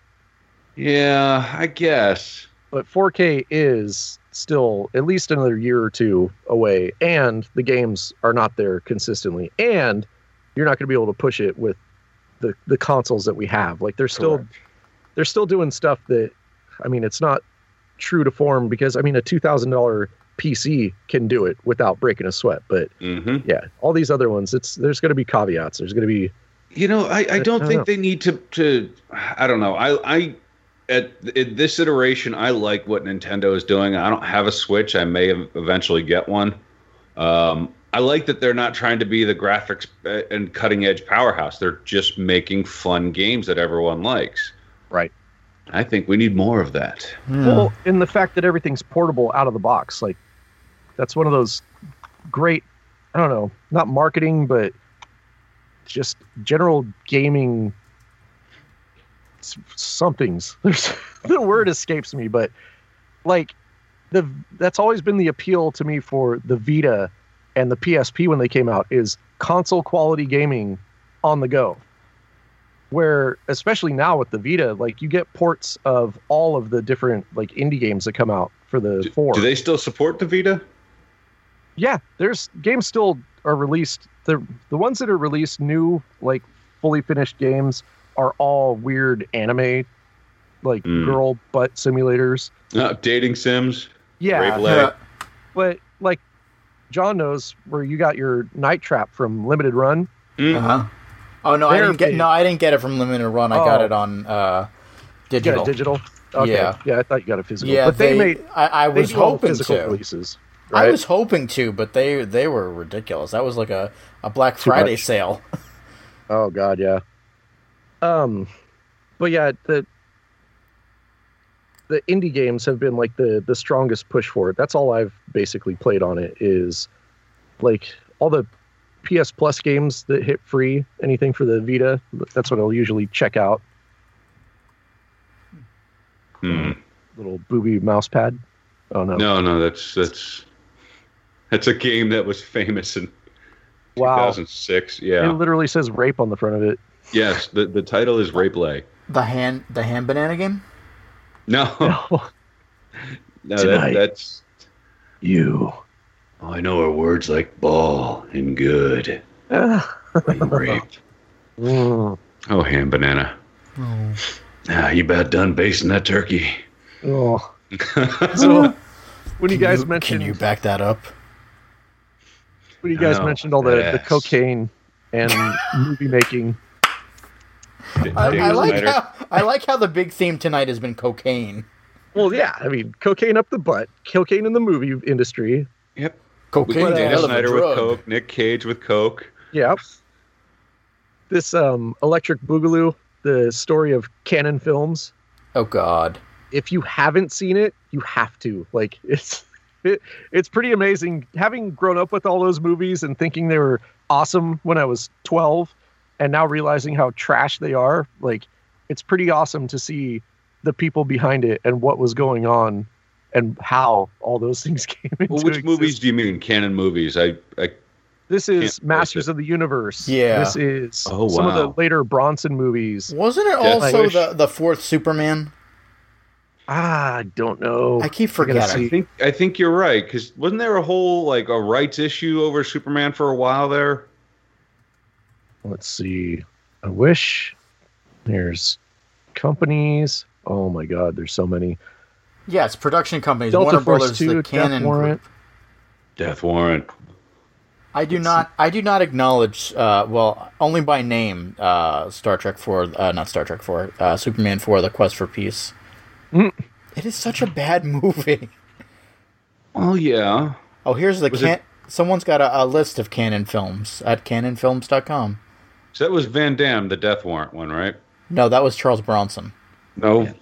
[SPEAKER 5] Yeah, I guess.
[SPEAKER 6] but 4K is still at least another year or two away, and the games are not there consistently, and you're not going to be able to push it with the the consoles that we have. Like they're still
[SPEAKER 5] Correct.
[SPEAKER 6] they're still doing stuff that I mean it's not true to form because I mean a two thousand dollar PC can do it without breaking a sweat, but
[SPEAKER 5] Mhm.
[SPEAKER 6] yeah, all these other ones, it's there's going to be caveats. There's going to be
[SPEAKER 5] You know, I, I don't
[SPEAKER 6] don't
[SPEAKER 5] think
[SPEAKER 6] know.
[SPEAKER 5] they need to, to. I don't know. I, I at in this iteration, I like what Nintendo is doing. I don't have a Switch. I may ev- eventually get one. Um, I like that they're not trying to be the graphics uh, and cutting edge powerhouse. They're just making fun games that everyone likes.
[SPEAKER 6] Right.
[SPEAKER 5] I think we need more of that.
[SPEAKER 4] Hmm.
[SPEAKER 6] well, in the fact that everything's portable out of the box, like that's one of those great, I don't know, not marketing, but just general gaming s- somethings. There's the word escapes me, but like the that's always been the appeal to me for the Vita and the PSP when they came out is console quality gaming on the go. Where especially now with the Vita, like you get ports of all of the different like indie games that come out for the
[SPEAKER 5] Do,
[SPEAKER 6] four.
[SPEAKER 5] do they still support the Vita?
[SPEAKER 6] Yeah, there's games still are released. The the ones that are released new, like fully finished games, are all weird anime, like
[SPEAKER 5] Mm.
[SPEAKER 6] girl butt simulators.
[SPEAKER 5] Uh, dating Sims.
[SPEAKER 6] Yeah,
[SPEAKER 5] Rape Leg.
[SPEAKER 6] but like John knows where you got your night trap from Limited Run.
[SPEAKER 5] Mm.
[SPEAKER 4] Uh-huh. Oh no, I didn't get
[SPEAKER 6] Therapy.
[SPEAKER 4] no, I didn't get it from Limited Run. I got
[SPEAKER 6] Oh.
[SPEAKER 4] it on uh,
[SPEAKER 6] You got
[SPEAKER 4] digital.
[SPEAKER 6] it digital. Okay.
[SPEAKER 4] Yeah.
[SPEAKER 6] yeah, I thought you got a physical.
[SPEAKER 4] Yeah,
[SPEAKER 6] but they, made
[SPEAKER 4] I, I
[SPEAKER 6] they
[SPEAKER 4] was
[SPEAKER 6] do all
[SPEAKER 4] hoping
[SPEAKER 6] physical
[SPEAKER 4] to.
[SPEAKER 6] releases.
[SPEAKER 4] I
[SPEAKER 6] right?
[SPEAKER 4] was hoping to, but they they were ridiculous. That was like a, a Black
[SPEAKER 6] Too
[SPEAKER 4] Friday
[SPEAKER 6] much.
[SPEAKER 4] sale.
[SPEAKER 6] Oh God, yeah. Um, but yeah, the the indie games have been like the the strongest push for it. That's all I've basically played on it is like all the PS Plus games that hit free. Anything for the Vita, that's what I'll usually check out.
[SPEAKER 5] Hmm.
[SPEAKER 6] Little booby mouse pad. Oh no!
[SPEAKER 5] No, no, that's that's that's a game that was famous in
[SPEAKER 6] wow.
[SPEAKER 5] 2006.
[SPEAKER 6] It
[SPEAKER 5] Yeah.
[SPEAKER 6] literally says rape on the front of it.
[SPEAKER 5] yes, the, the title is Rape Lay.
[SPEAKER 4] The hand the hand banana game.
[SPEAKER 5] No, no, that,
[SPEAKER 6] Tonight.
[SPEAKER 5] that's.
[SPEAKER 6] you.
[SPEAKER 5] I know are words like ball and good and rape.
[SPEAKER 6] Mm.
[SPEAKER 5] Oh, ham banana.
[SPEAKER 4] Oh.
[SPEAKER 5] Ah, you about done basting that turkey.
[SPEAKER 6] Oh. So when you guys mentioned
[SPEAKER 4] Can you back that up?
[SPEAKER 6] When you guys
[SPEAKER 5] No.
[SPEAKER 6] mentioned all the, the
[SPEAKER 5] Yes.
[SPEAKER 6] cocaine and movie making,
[SPEAKER 4] I, I
[SPEAKER 5] Daniel
[SPEAKER 4] like
[SPEAKER 5] Snyder.
[SPEAKER 4] how I like how the big theme tonight has been cocaine.
[SPEAKER 6] well, yeah, I mean, cocaine up the butt, cocaine in the movie industry.
[SPEAKER 5] Yep. We
[SPEAKER 4] Cocaine
[SPEAKER 5] got
[SPEAKER 4] is a
[SPEAKER 5] Daniel
[SPEAKER 4] hell of a
[SPEAKER 5] Snyder with
[SPEAKER 4] drug.
[SPEAKER 5] Coke, Nick Cage with Coke.
[SPEAKER 6] Yep. This um, Electric Boogaloo, the story of Canon Films.
[SPEAKER 4] Oh God.
[SPEAKER 6] If you haven't seen it, you have to. Like, it's it, it's pretty amazing. Having grown up with all those movies and thinking they were awesome when I was twelve, and now realizing how trash they are, like it's pretty awesome to see the people behind it and what was going on and how all those things came into
[SPEAKER 5] Well, which
[SPEAKER 6] exist-
[SPEAKER 5] movies do you mean? Canon movies. I, I
[SPEAKER 6] This
[SPEAKER 5] Can't
[SPEAKER 6] is
[SPEAKER 5] place
[SPEAKER 6] Masters
[SPEAKER 5] it.
[SPEAKER 6] of the Universe.
[SPEAKER 4] Yeah.
[SPEAKER 6] This is
[SPEAKER 5] Oh,
[SPEAKER 6] some of
[SPEAKER 5] wow.
[SPEAKER 6] the later Bronson movies.
[SPEAKER 4] Wasn't it
[SPEAKER 5] Death
[SPEAKER 4] also
[SPEAKER 5] Wish.
[SPEAKER 4] the, the fourth Superman?
[SPEAKER 6] Ah, I don't know.
[SPEAKER 4] I keep
[SPEAKER 6] gonna
[SPEAKER 4] forgetting.
[SPEAKER 5] I think I think you're right because wasn't there a whole like a rights issue over Superman for a while there?
[SPEAKER 6] Let's see. I wish there's companies. Oh my god, there's so many.
[SPEAKER 4] Yes, production companies,
[SPEAKER 6] Delta
[SPEAKER 4] Warner
[SPEAKER 6] Force
[SPEAKER 4] Brothers,
[SPEAKER 6] 2,
[SPEAKER 4] the
[SPEAKER 6] Death
[SPEAKER 4] Canon
[SPEAKER 6] Warrant.
[SPEAKER 4] Group.
[SPEAKER 5] Death Warrant.
[SPEAKER 4] I do not. I do not acknowledge. Uh, well, only by name. Uh, Star Trek Four, uh, not Star Trek Four. Uh, Superman Four: The Quest for Peace. It is such a bad movie.
[SPEAKER 5] Oh yeah.
[SPEAKER 4] Oh, here's the
[SPEAKER 5] Was
[SPEAKER 4] can. Someone's got a, a list of canon films at canonfilms.com.
[SPEAKER 5] So that was Van Damme, the Death Warrant one, right?
[SPEAKER 4] No, that was Charles Bronson.
[SPEAKER 5] No.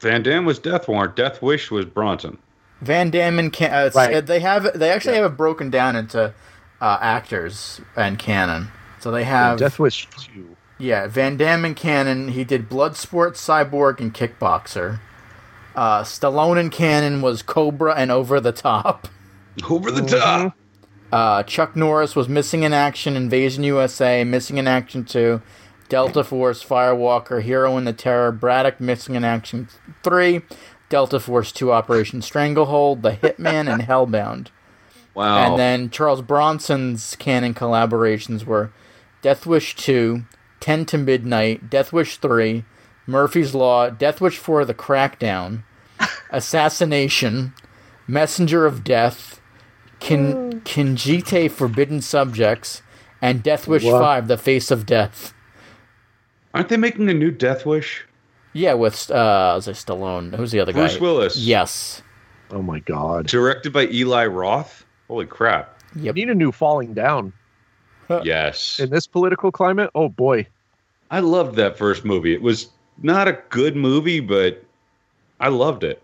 [SPEAKER 5] Van Damme was Death Warrant. Death Wish was Bronson.
[SPEAKER 4] Van Damme and can- uh,
[SPEAKER 6] Right.
[SPEAKER 4] they have they actually have it broken down into uh, actors and canon. So they have
[SPEAKER 6] Death Wish 2.
[SPEAKER 4] Yeah, Van Damme and Cannon. He did Bloodsport, Cyborg, and Kickboxer. Uh, Stallone and Cannon was Cobra and Over the Top.
[SPEAKER 5] Over the
[SPEAKER 4] Mm-hmm.
[SPEAKER 5] top.
[SPEAKER 4] Uh, Chuck Norris was Missing in Action, Invasion USA, Missing in Action 2, Delta Force, Firewalker, Hero in the Terror, Braddock, Missing in Action 3, Delta Force 2, Operation Stranglehold, The Hitman, and Hellbound.
[SPEAKER 5] Wow.
[SPEAKER 4] And then Charles Bronson's canon collaborations were Death Wish 2, 10 to Midnight, Death Wish 3, Murphy's Law, Death Wish 4 The Crackdown, Assassination, Messenger of Death, Kin- Kinjite Forbidden Subjects, and Death Wish 5 The Face of Death.
[SPEAKER 5] Aren't they making a new Death Wish?
[SPEAKER 4] Yeah, with uh, was it Stallone. Who's the other guy?
[SPEAKER 5] Bruce Willis.
[SPEAKER 4] Yes.
[SPEAKER 6] Oh my god.
[SPEAKER 5] Directed by Eli Roth. Holy crap.
[SPEAKER 6] I need a new falling down.
[SPEAKER 4] Uh,
[SPEAKER 5] Yes.
[SPEAKER 6] In this political climate, oh boy.
[SPEAKER 5] I loved that first movie. It was not a good movie, but I loved it.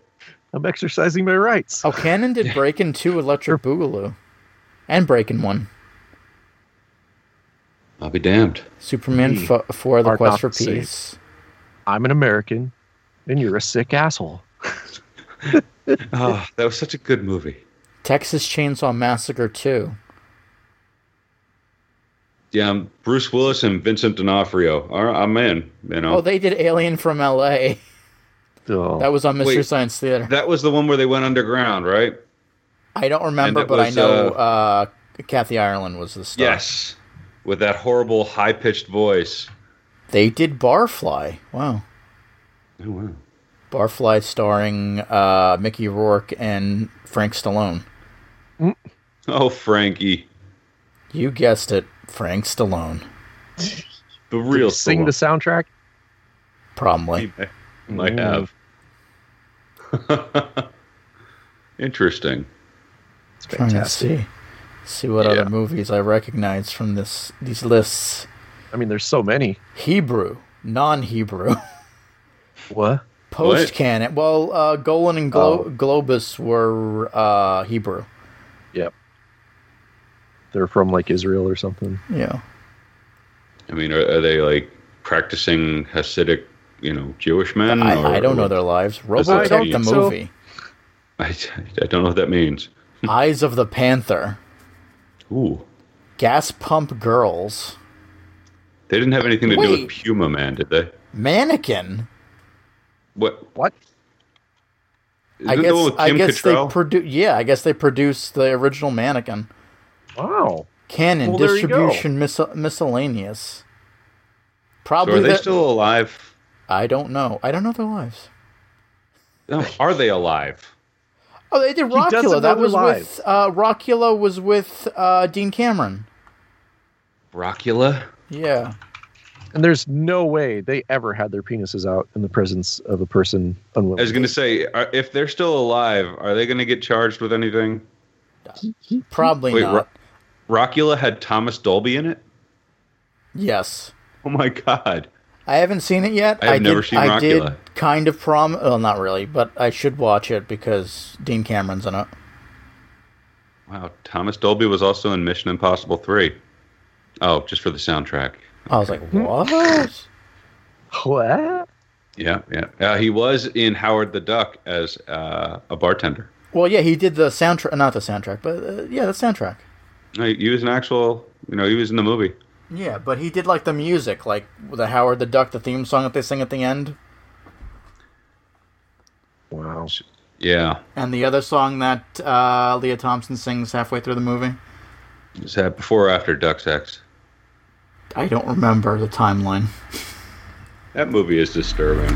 [SPEAKER 6] I'm exercising my rights.
[SPEAKER 4] Oh, Cannon did Breakin' 2 Electric Boogaloo, and Breakin' 1.
[SPEAKER 5] I'll be damned.
[SPEAKER 4] Superman
[SPEAKER 6] We
[SPEAKER 4] fo- for the
[SPEAKER 6] are
[SPEAKER 4] quest
[SPEAKER 6] not
[SPEAKER 4] for
[SPEAKER 6] the same.
[SPEAKER 4] peace.
[SPEAKER 6] I'm an American and you're a sick asshole.
[SPEAKER 5] Oh, that was such a good movie.
[SPEAKER 4] Texas Chainsaw Massacre 2.
[SPEAKER 5] Yeah, um, Bruce Willis and Vincent D'Onofrio. All right, I'm in. You know,
[SPEAKER 4] Oh, they did Alien from LA.
[SPEAKER 6] Oh.
[SPEAKER 4] That was on Mystery
[SPEAKER 5] Wait.
[SPEAKER 4] Science Theater.
[SPEAKER 5] that was the one where they went underground, right?
[SPEAKER 4] I don't remember,
[SPEAKER 5] And it
[SPEAKER 4] but I
[SPEAKER 5] was,
[SPEAKER 4] know uh, Kathy Ireland was the star.
[SPEAKER 5] Yes, with that horrible high pitched voice.
[SPEAKER 4] They did Barfly. Wow.
[SPEAKER 5] Oh wow.
[SPEAKER 4] Barfly starring uh, Mickey Rourke and Frank Stallone.
[SPEAKER 5] Oh Frankie,
[SPEAKER 4] You guessed it, Frank Stallone.
[SPEAKER 5] the
[SPEAKER 6] Did
[SPEAKER 5] real
[SPEAKER 6] you sing the
[SPEAKER 5] Stallone.
[SPEAKER 6] soundtrack?
[SPEAKER 4] Probably.
[SPEAKER 5] might
[SPEAKER 6] Mm.
[SPEAKER 5] have. Interesting.
[SPEAKER 6] It's
[SPEAKER 4] Trying to
[SPEAKER 6] fantastic.
[SPEAKER 4] see, see what
[SPEAKER 5] Yeah.
[SPEAKER 4] other movies I recognize from this these lists.
[SPEAKER 6] I mean, there's so many.
[SPEAKER 4] Hebrew, non-Hebrew.
[SPEAKER 6] What?
[SPEAKER 4] Post canon. Well, uh, Golan and Glo-
[SPEAKER 6] Oh.
[SPEAKER 4] Globus were uh, Hebrew.
[SPEAKER 6] Yep. They're from like Israel or something.
[SPEAKER 4] Yeah.
[SPEAKER 5] I mean, are, are they like practicing Hasidic, you know, Jewish men? or-
[SPEAKER 4] I, I don't know their lives.
[SPEAKER 5] that
[SPEAKER 4] Robotech, the
[SPEAKER 5] mean?
[SPEAKER 6] So-
[SPEAKER 4] movie.
[SPEAKER 5] I, I don't know what that means.
[SPEAKER 4] Eyes of the Panther.
[SPEAKER 5] Ooh,
[SPEAKER 4] Gas Pump Girls.
[SPEAKER 5] they didn't have anything to do
[SPEAKER 4] Wait.
[SPEAKER 5] with Puma Man, did they?
[SPEAKER 4] Mannequin.
[SPEAKER 5] What?
[SPEAKER 6] What?
[SPEAKER 5] Isn't
[SPEAKER 4] I
[SPEAKER 5] the one
[SPEAKER 4] guess.
[SPEAKER 5] with
[SPEAKER 4] I
[SPEAKER 5] Kim
[SPEAKER 4] guess
[SPEAKER 5] Cattrall?
[SPEAKER 4] they produced. Yeah, I guess they produced the original Mannequin.
[SPEAKER 6] Wow.
[SPEAKER 4] Canon
[SPEAKER 6] Well, there you go.
[SPEAKER 4] distribution mis- miscellaneous.
[SPEAKER 5] So
[SPEAKER 4] Probably
[SPEAKER 5] are they
[SPEAKER 4] that-
[SPEAKER 5] still alive?
[SPEAKER 4] I don't know. I don't know their lives.
[SPEAKER 5] No, are they alive?
[SPEAKER 4] Oh, they did
[SPEAKER 6] doesn't know
[SPEAKER 4] Rockula. That
[SPEAKER 6] their
[SPEAKER 4] was
[SPEAKER 6] lives.
[SPEAKER 4] with uh, Rockula was with uh, Dean Cameron.
[SPEAKER 5] Rockula?
[SPEAKER 4] Yeah.
[SPEAKER 6] And there's no way they ever had their penises out in the presence of a person
[SPEAKER 5] I was
[SPEAKER 6] unwilling.
[SPEAKER 5] going to say, are, if they're still alive, are they going to get charged with anything?
[SPEAKER 4] Probably
[SPEAKER 5] Wait,
[SPEAKER 4] not.
[SPEAKER 5] Ro- Rockula had Thomas Dolby in it?
[SPEAKER 4] yes.
[SPEAKER 5] Oh my God.
[SPEAKER 4] I haven't seen it yet.
[SPEAKER 5] I have
[SPEAKER 4] did,
[SPEAKER 5] never seen
[SPEAKER 4] I
[SPEAKER 5] Rockula.
[SPEAKER 4] did kind of prom. Well, not really, but I should watch it because Dean Cameron's in it.
[SPEAKER 5] Wow. Thomas Dolby was also in Mission Impossible 3. Oh, just for the soundtrack.
[SPEAKER 4] I was like,
[SPEAKER 5] Hmm.
[SPEAKER 4] what?
[SPEAKER 6] What?
[SPEAKER 5] Yeah, yeah. Uh, he was in Howard the Duck as uh, a bartender.
[SPEAKER 4] well, yeah, he did the soundtrack. Not the soundtrack, but uh, yeah, the soundtrack.
[SPEAKER 5] No, He he was an actual, you know, he was in the movie.
[SPEAKER 4] Yeah, but he did like the music, like the Howard the Duck, the theme song that they sing at the end,
[SPEAKER 6] Wow.
[SPEAKER 5] Yeah.
[SPEAKER 4] and the other song that uh, Leah Thompson sings halfway through the movie.
[SPEAKER 5] Is that before or after Duck Sex?
[SPEAKER 4] I don't remember the timeline.
[SPEAKER 5] That movie is disturbing.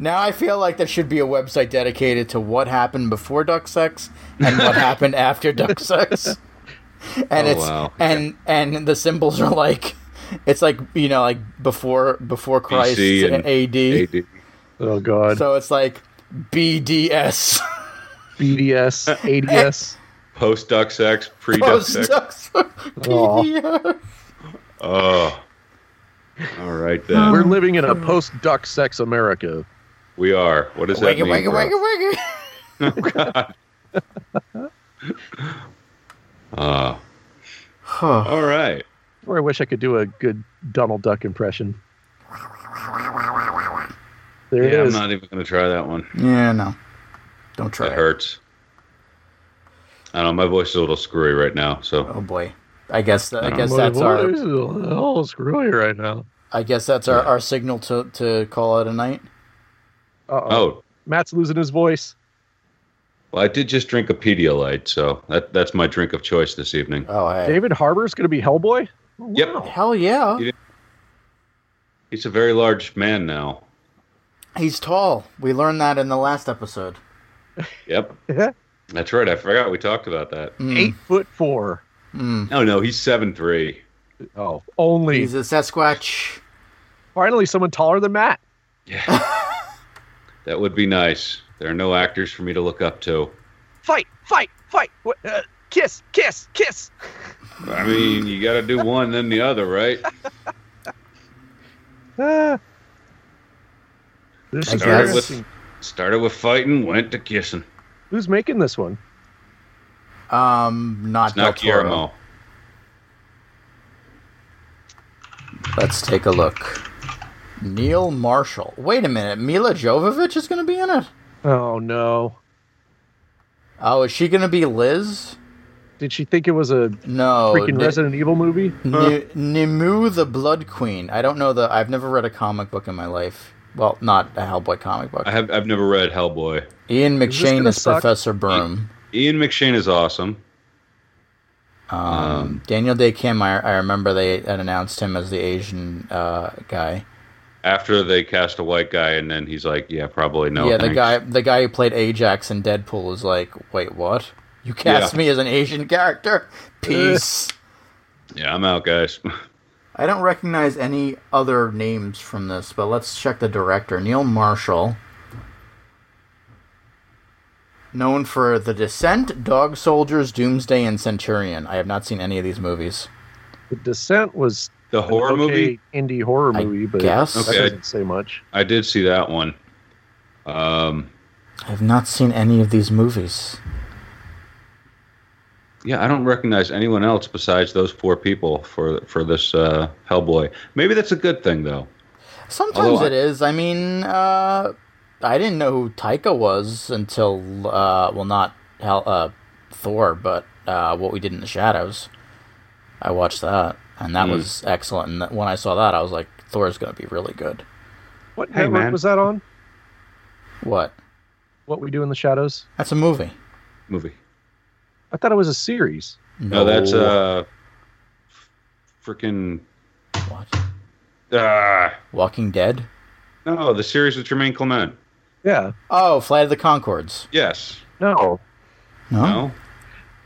[SPEAKER 4] Now I feel like there should be a website dedicated to what happened before duck sex and what happened after duck sex. and
[SPEAKER 5] Oh,
[SPEAKER 4] it's
[SPEAKER 5] wow.
[SPEAKER 4] and and the symbols are like it's like you know like before before Christ
[SPEAKER 5] BC
[SPEAKER 4] and
[SPEAKER 5] and
[SPEAKER 4] AD.
[SPEAKER 5] AD.
[SPEAKER 6] Oh God.
[SPEAKER 4] So it's like BDS.
[SPEAKER 6] BDS, ADS.
[SPEAKER 5] Post duck sex, pre duck sex.
[SPEAKER 4] Postdocs. BDS.
[SPEAKER 5] Oh. All right then.
[SPEAKER 6] We're living in a post duck sex America.
[SPEAKER 5] we are. What does that
[SPEAKER 4] Wiggy
[SPEAKER 5] mean?
[SPEAKER 4] wiggy
[SPEAKER 5] bro?
[SPEAKER 4] wiggy wiggy.
[SPEAKER 5] Ah.
[SPEAKER 4] Huh.
[SPEAKER 5] all right.
[SPEAKER 6] Or I wish I could do a good Donald Duck impression. There it
[SPEAKER 5] Yeah, I'm
[SPEAKER 6] is.
[SPEAKER 5] not even going to try that one.
[SPEAKER 4] Yeah, no. Don't try.
[SPEAKER 5] That
[SPEAKER 4] it.
[SPEAKER 5] hurts. I don't know. My voice is a little screwy right now. So
[SPEAKER 4] Oh boy. I guess I
[SPEAKER 5] No.
[SPEAKER 4] guess
[SPEAKER 6] My
[SPEAKER 4] that's our
[SPEAKER 6] voice is a little screwy right now.
[SPEAKER 4] I guess that's our, our signal to, to call it a night.
[SPEAKER 6] Uh-oh.
[SPEAKER 5] oh,
[SPEAKER 6] Matt's losing his voice.
[SPEAKER 5] well, I did just drink a Pedialyte, so that that's my drink of choice this evening.
[SPEAKER 4] Oh, hey.
[SPEAKER 6] David Harbour's going to be Hellboy?
[SPEAKER 5] Yep.
[SPEAKER 6] Wow.
[SPEAKER 4] Hell yeah.
[SPEAKER 5] He's a very large man now.
[SPEAKER 4] He's tall. We learned that in the last episode.
[SPEAKER 5] Yep. That's right. I forgot we talked about that. Oh,
[SPEAKER 6] Eight
[SPEAKER 4] Hmm.
[SPEAKER 6] foot four.
[SPEAKER 4] Mm.
[SPEAKER 5] No, no, he's seven three.
[SPEAKER 6] Oh, only.
[SPEAKER 4] He's a Sasquatch.
[SPEAKER 6] Finally, someone taller than Matt.
[SPEAKER 5] That would be nice. There are no actors for me to look up to.
[SPEAKER 6] Fight, fight, fight. What, uh, kiss, kiss, kiss.
[SPEAKER 5] I mean, you got to do one, then the other, right?
[SPEAKER 6] Ah. This
[SPEAKER 4] I
[SPEAKER 6] is
[SPEAKER 4] guess.
[SPEAKER 5] Started
[SPEAKER 6] interesting.
[SPEAKER 5] with, started with fighting, went to kissing.
[SPEAKER 6] Who's making this one?
[SPEAKER 4] Um, not
[SPEAKER 5] It's not
[SPEAKER 4] Del Toro.
[SPEAKER 5] Guillermo.
[SPEAKER 4] Let's take a look. Neil Marshall. Wait a minute. Mila Jovovich is going to be in it.
[SPEAKER 6] Oh no!
[SPEAKER 4] Oh, is she going to be Liz?
[SPEAKER 6] Did she think it was a
[SPEAKER 4] No.
[SPEAKER 6] freaking
[SPEAKER 4] Ni-
[SPEAKER 6] Resident Evil movie?
[SPEAKER 4] Ni- Nimu the Blood Queen. I don't know the. I've never read a comic book in my life. Well, not a Hellboy comic book.
[SPEAKER 5] I have I've never read Hellboy.
[SPEAKER 4] Ian
[SPEAKER 6] Is this
[SPEAKER 4] McShane
[SPEAKER 6] gonna
[SPEAKER 4] is
[SPEAKER 6] suck?
[SPEAKER 4] Professor Broom.
[SPEAKER 5] Ian McShane is awesome.
[SPEAKER 4] Um,
[SPEAKER 5] Um,
[SPEAKER 4] Daniel Day Kim. I, I remember they had announced him as the Asian uh, guy.
[SPEAKER 5] After they cast a white guy, and then he's like, "Yeah, probably no."
[SPEAKER 4] yeah, the
[SPEAKER 5] Oh, thanks.
[SPEAKER 4] guy, the guy who played Ajax in Deadpool is like, wait, what? You cast
[SPEAKER 5] Yeah.
[SPEAKER 4] me as an Asian character? Peace.
[SPEAKER 5] Yeah, I'm out, guys.
[SPEAKER 4] I don't recognize any other names from this, but let's check the director. Neil Marshall. Known for The Descent, Dog Soldiers, Doomsday, and Centurion. I have not seen any of these movies.
[SPEAKER 6] The Descent was
[SPEAKER 5] The
[SPEAKER 6] an
[SPEAKER 5] horror
[SPEAKER 6] okay
[SPEAKER 5] movie.
[SPEAKER 6] indie horror
[SPEAKER 4] I
[SPEAKER 6] movie, but
[SPEAKER 4] guess.
[SPEAKER 6] that
[SPEAKER 5] Okay.
[SPEAKER 6] doesn't say much.
[SPEAKER 5] I did see that one. Um,
[SPEAKER 4] I have not seen any of these movies.
[SPEAKER 5] yeah, I don't recognize anyone else besides those four people for for this uh, Hellboy. Maybe that's a good thing, though.
[SPEAKER 4] Sometimes
[SPEAKER 5] Although I-
[SPEAKER 4] it is. I mean, uh, I didn't know who Taika was until, uh, well, not Hel- uh, Thor, but uh, What We Did in the Shadows. I watched that, and that
[SPEAKER 5] Mm.
[SPEAKER 4] was excellent. And that, when I saw that, I was like, Thor's going to be really good.
[SPEAKER 6] What
[SPEAKER 5] Hey,
[SPEAKER 6] network
[SPEAKER 5] man.
[SPEAKER 6] was that on?
[SPEAKER 4] What?
[SPEAKER 6] What We Do in the Shadows?
[SPEAKER 4] That's a movie.
[SPEAKER 5] Movie.
[SPEAKER 6] I thought it was a series.
[SPEAKER 5] No, that's uh, freaking
[SPEAKER 4] What?
[SPEAKER 5] ah.
[SPEAKER 4] Walking Dead.
[SPEAKER 5] No, the series with Jermaine Clement.
[SPEAKER 6] Yeah.
[SPEAKER 4] Oh, Flight of the Concords.
[SPEAKER 5] Yes.
[SPEAKER 4] Oh.
[SPEAKER 6] No.
[SPEAKER 4] No,
[SPEAKER 5] No.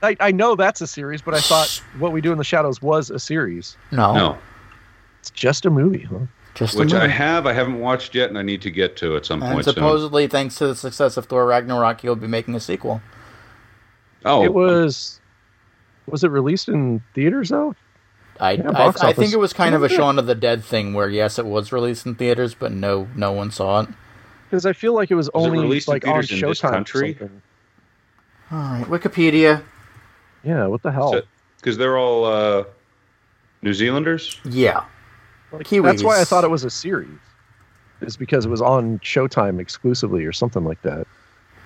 [SPEAKER 6] I, I know that's a series, but I thought What We Do in the Shadows was a series.
[SPEAKER 4] no,
[SPEAKER 5] No.
[SPEAKER 6] It's just a movie, huh?
[SPEAKER 4] just
[SPEAKER 5] Which
[SPEAKER 4] a movie.
[SPEAKER 5] I have, I haven't watched yet, and I need to get to at some
[SPEAKER 4] and
[SPEAKER 5] point soon.
[SPEAKER 4] supposedly, thanks to the success of Thor Ragnarok, he'll be making a sequel.
[SPEAKER 5] Oh,
[SPEAKER 6] It was. Was it released in theaters though?
[SPEAKER 4] I,
[SPEAKER 6] Yeah,
[SPEAKER 4] I,
[SPEAKER 6] box
[SPEAKER 4] I
[SPEAKER 6] office.
[SPEAKER 4] think it was kind of a
[SPEAKER 6] Yeah.
[SPEAKER 4] Shaun of the Dead thing where yes, it was released in theaters, but no, no one saw it.
[SPEAKER 6] Because I feel like it was,
[SPEAKER 5] Was it
[SPEAKER 6] only
[SPEAKER 5] released in
[SPEAKER 6] like on
[SPEAKER 5] theaters in this
[SPEAKER 6] Showtime. or
[SPEAKER 5] country?
[SPEAKER 6] something.
[SPEAKER 4] All right, Wikipedia.
[SPEAKER 6] Yeah. What the hell?
[SPEAKER 5] because they're all uh, New Zealanders.
[SPEAKER 4] Yeah,
[SPEAKER 6] Like,
[SPEAKER 4] Kiwis.
[SPEAKER 6] That's why I thought it was a series. Is because it was on Showtime exclusively or something like that.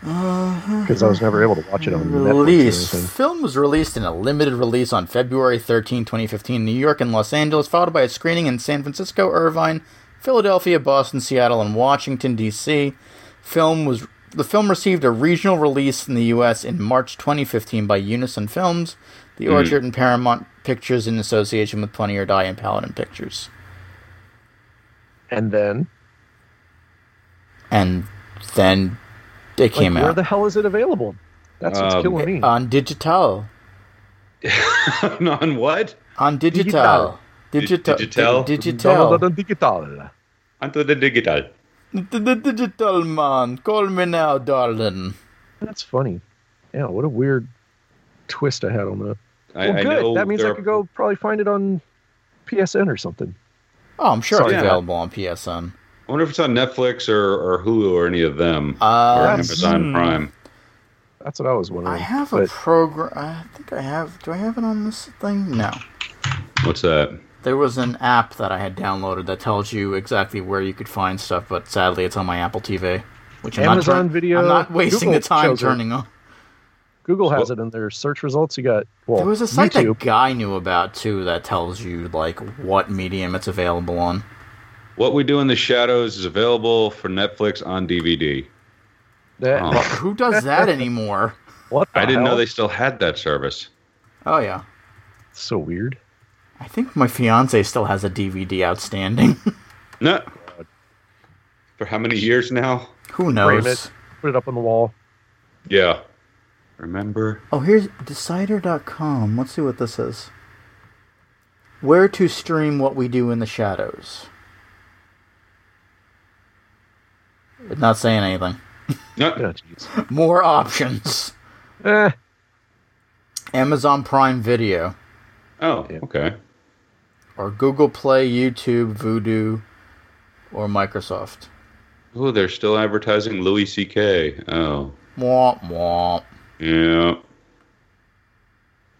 [SPEAKER 6] Because I was never able to watch it on Netflix or
[SPEAKER 4] Uh-huh. release.
[SPEAKER 6] anything.
[SPEAKER 4] Film was released in a limited release on February 13, 2015, in New York and Los Angeles, followed by a screening in San Francisco, Irvine, Philadelphia, Boston, Seattle, and Washington D.C. Film was the film received a regional release in the U.S. in March 2015 by Unison Films, The Orchard, and Paramount Pictures in association with Plenty or Die and Paladin Pictures.
[SPEAKER 6] And then,
[SPEAKER 4] And then it
[SPEAKER 6] like,
[SPEAKER 4] came
[SPEAKER 6] where
[SPEAKER 4] out uh,
[SPEAKER 6] the hell is it available? That's what's
[SPEAKER 5] Um,
[SPEAKER 6] killing me.
[SPEAKER 4] on digital.
[SPEAKER 5] on what?
[SPEAKER 4] On digital. Digital.
[SPEAKER 5] Digital.
[SPEAKER 4] Digital.
[SPEAKER 6] Download
[SPEAKER 4] Digital.
[SPEAKER 6] on digital.
[SPEAKER 5] Onto the digital.
[SPEAKER 4] D- d- digital man. Call me now, darling.
[SPEAKER 6] That's funny. Yeah, what a weird twist I had on that.
[SPEAKER 5] I,
[SPEAKER 6] well,
[SPEAKER 5] I
[SPEAKER 6] good.
[SPEAKER 5] know
[SPEAKER 6] that means
[SPEAKER 5] there
[SPEAKER 6] I
[SPEAKER 5] are-
[SPEAKER 6] could go probably find it on PSN or something.
[SPEAKER 4] Oh, I'm sure it's
[SPEAKER 5] Sorry.
[SPEAKER 4] available on PSN.
[SPEAKER 5] I wonder if it's on Netflix or, or Hulu or any of them.
[SPEAKER 4] Uh,
[SPEAKER 5] or
[SPEAKER 6] that's-
[SPEAKER 5] Amazon Prime.
[SPEAKER 6] That's what I was wondering.
[SPEAKER 4] I have a
[SPEAKER 6] but
[SPEAKER 4] program. I think I have. Do I have it on this thing? No.
[SPEAKER 5] What's that?
[SPEAKER 4] There was an app that I had downloaded that tells you exactly where you could find stuff, but sadly, it's on my Apple TV, which I'm
[SPEAKER 6] Amazon
[SPEAKER 4] not turn-
[SPEAKER 6] Video,
[SPEAKER 4] I'm not wasting
[SPEAKER 6] Google
[SPEAKER 4] the time
[SPEAKER 6] shows it.
[SPEAKER 4] turning on.
[SPEAKER 6] Google has it in their search results. You got well,
[SPEAKER 4] There was a site
[SPEAKER 6] YouTube.
[SPEAKER 4] that Guy knew about too that tells you like what medium it's available on.
[SPEAKER 5] What We Do in the Shadows is available for Netflix on DVD.
[SPEAKER 6] That-
[SPEAKER 5] Oh.
[SPEAKER 4] Who does that anymore?
[SPEAKER 6] What the
[SPEAKER 5] I didn't
[SPEAKER 6] hell?
[SPEAKER 5] know they still had that service.
[SPEAKER 4] Oh yeah,
[SPEAKER 6] So weird.
[SPEAKER 4] I think my fiance still has a DVD outstanding.
[SPEAKER 5] No. For how many years now?
[SPEAKER 4] Who
[SPEAKER 6] Frame
[SPEAKER 4] knows?
[SPEAKER 6] it. Put it up on the wall.
[SPEAKER 5] Yeah. Remember?
[SPEAKER 4] Oh, here's decider.com. Let's see what this is. Where to stream what we do in the shadows. It's not saying anything.
[SPEAKER 5] No.
[SPEAKER 6] Yeah, jeez.
[SPEAKER 4] More options.
[SPEAKER 6] Eh,
[SPEAKER 4] Amazon Prime Video
[SPEAKER 5] Oh,
[SPEAKER 6] Yeah.
[SPEAKER 5] okay.
[SPEAKER 4] or Google Play, YouTube, Voodoo, or Microsoft.
[SPEAKER 5] Oh, they're still advertising Louis C.K. Oh,
[SPEAKER 4] Mwah, mwah.
[SPEAKER 5] yeah.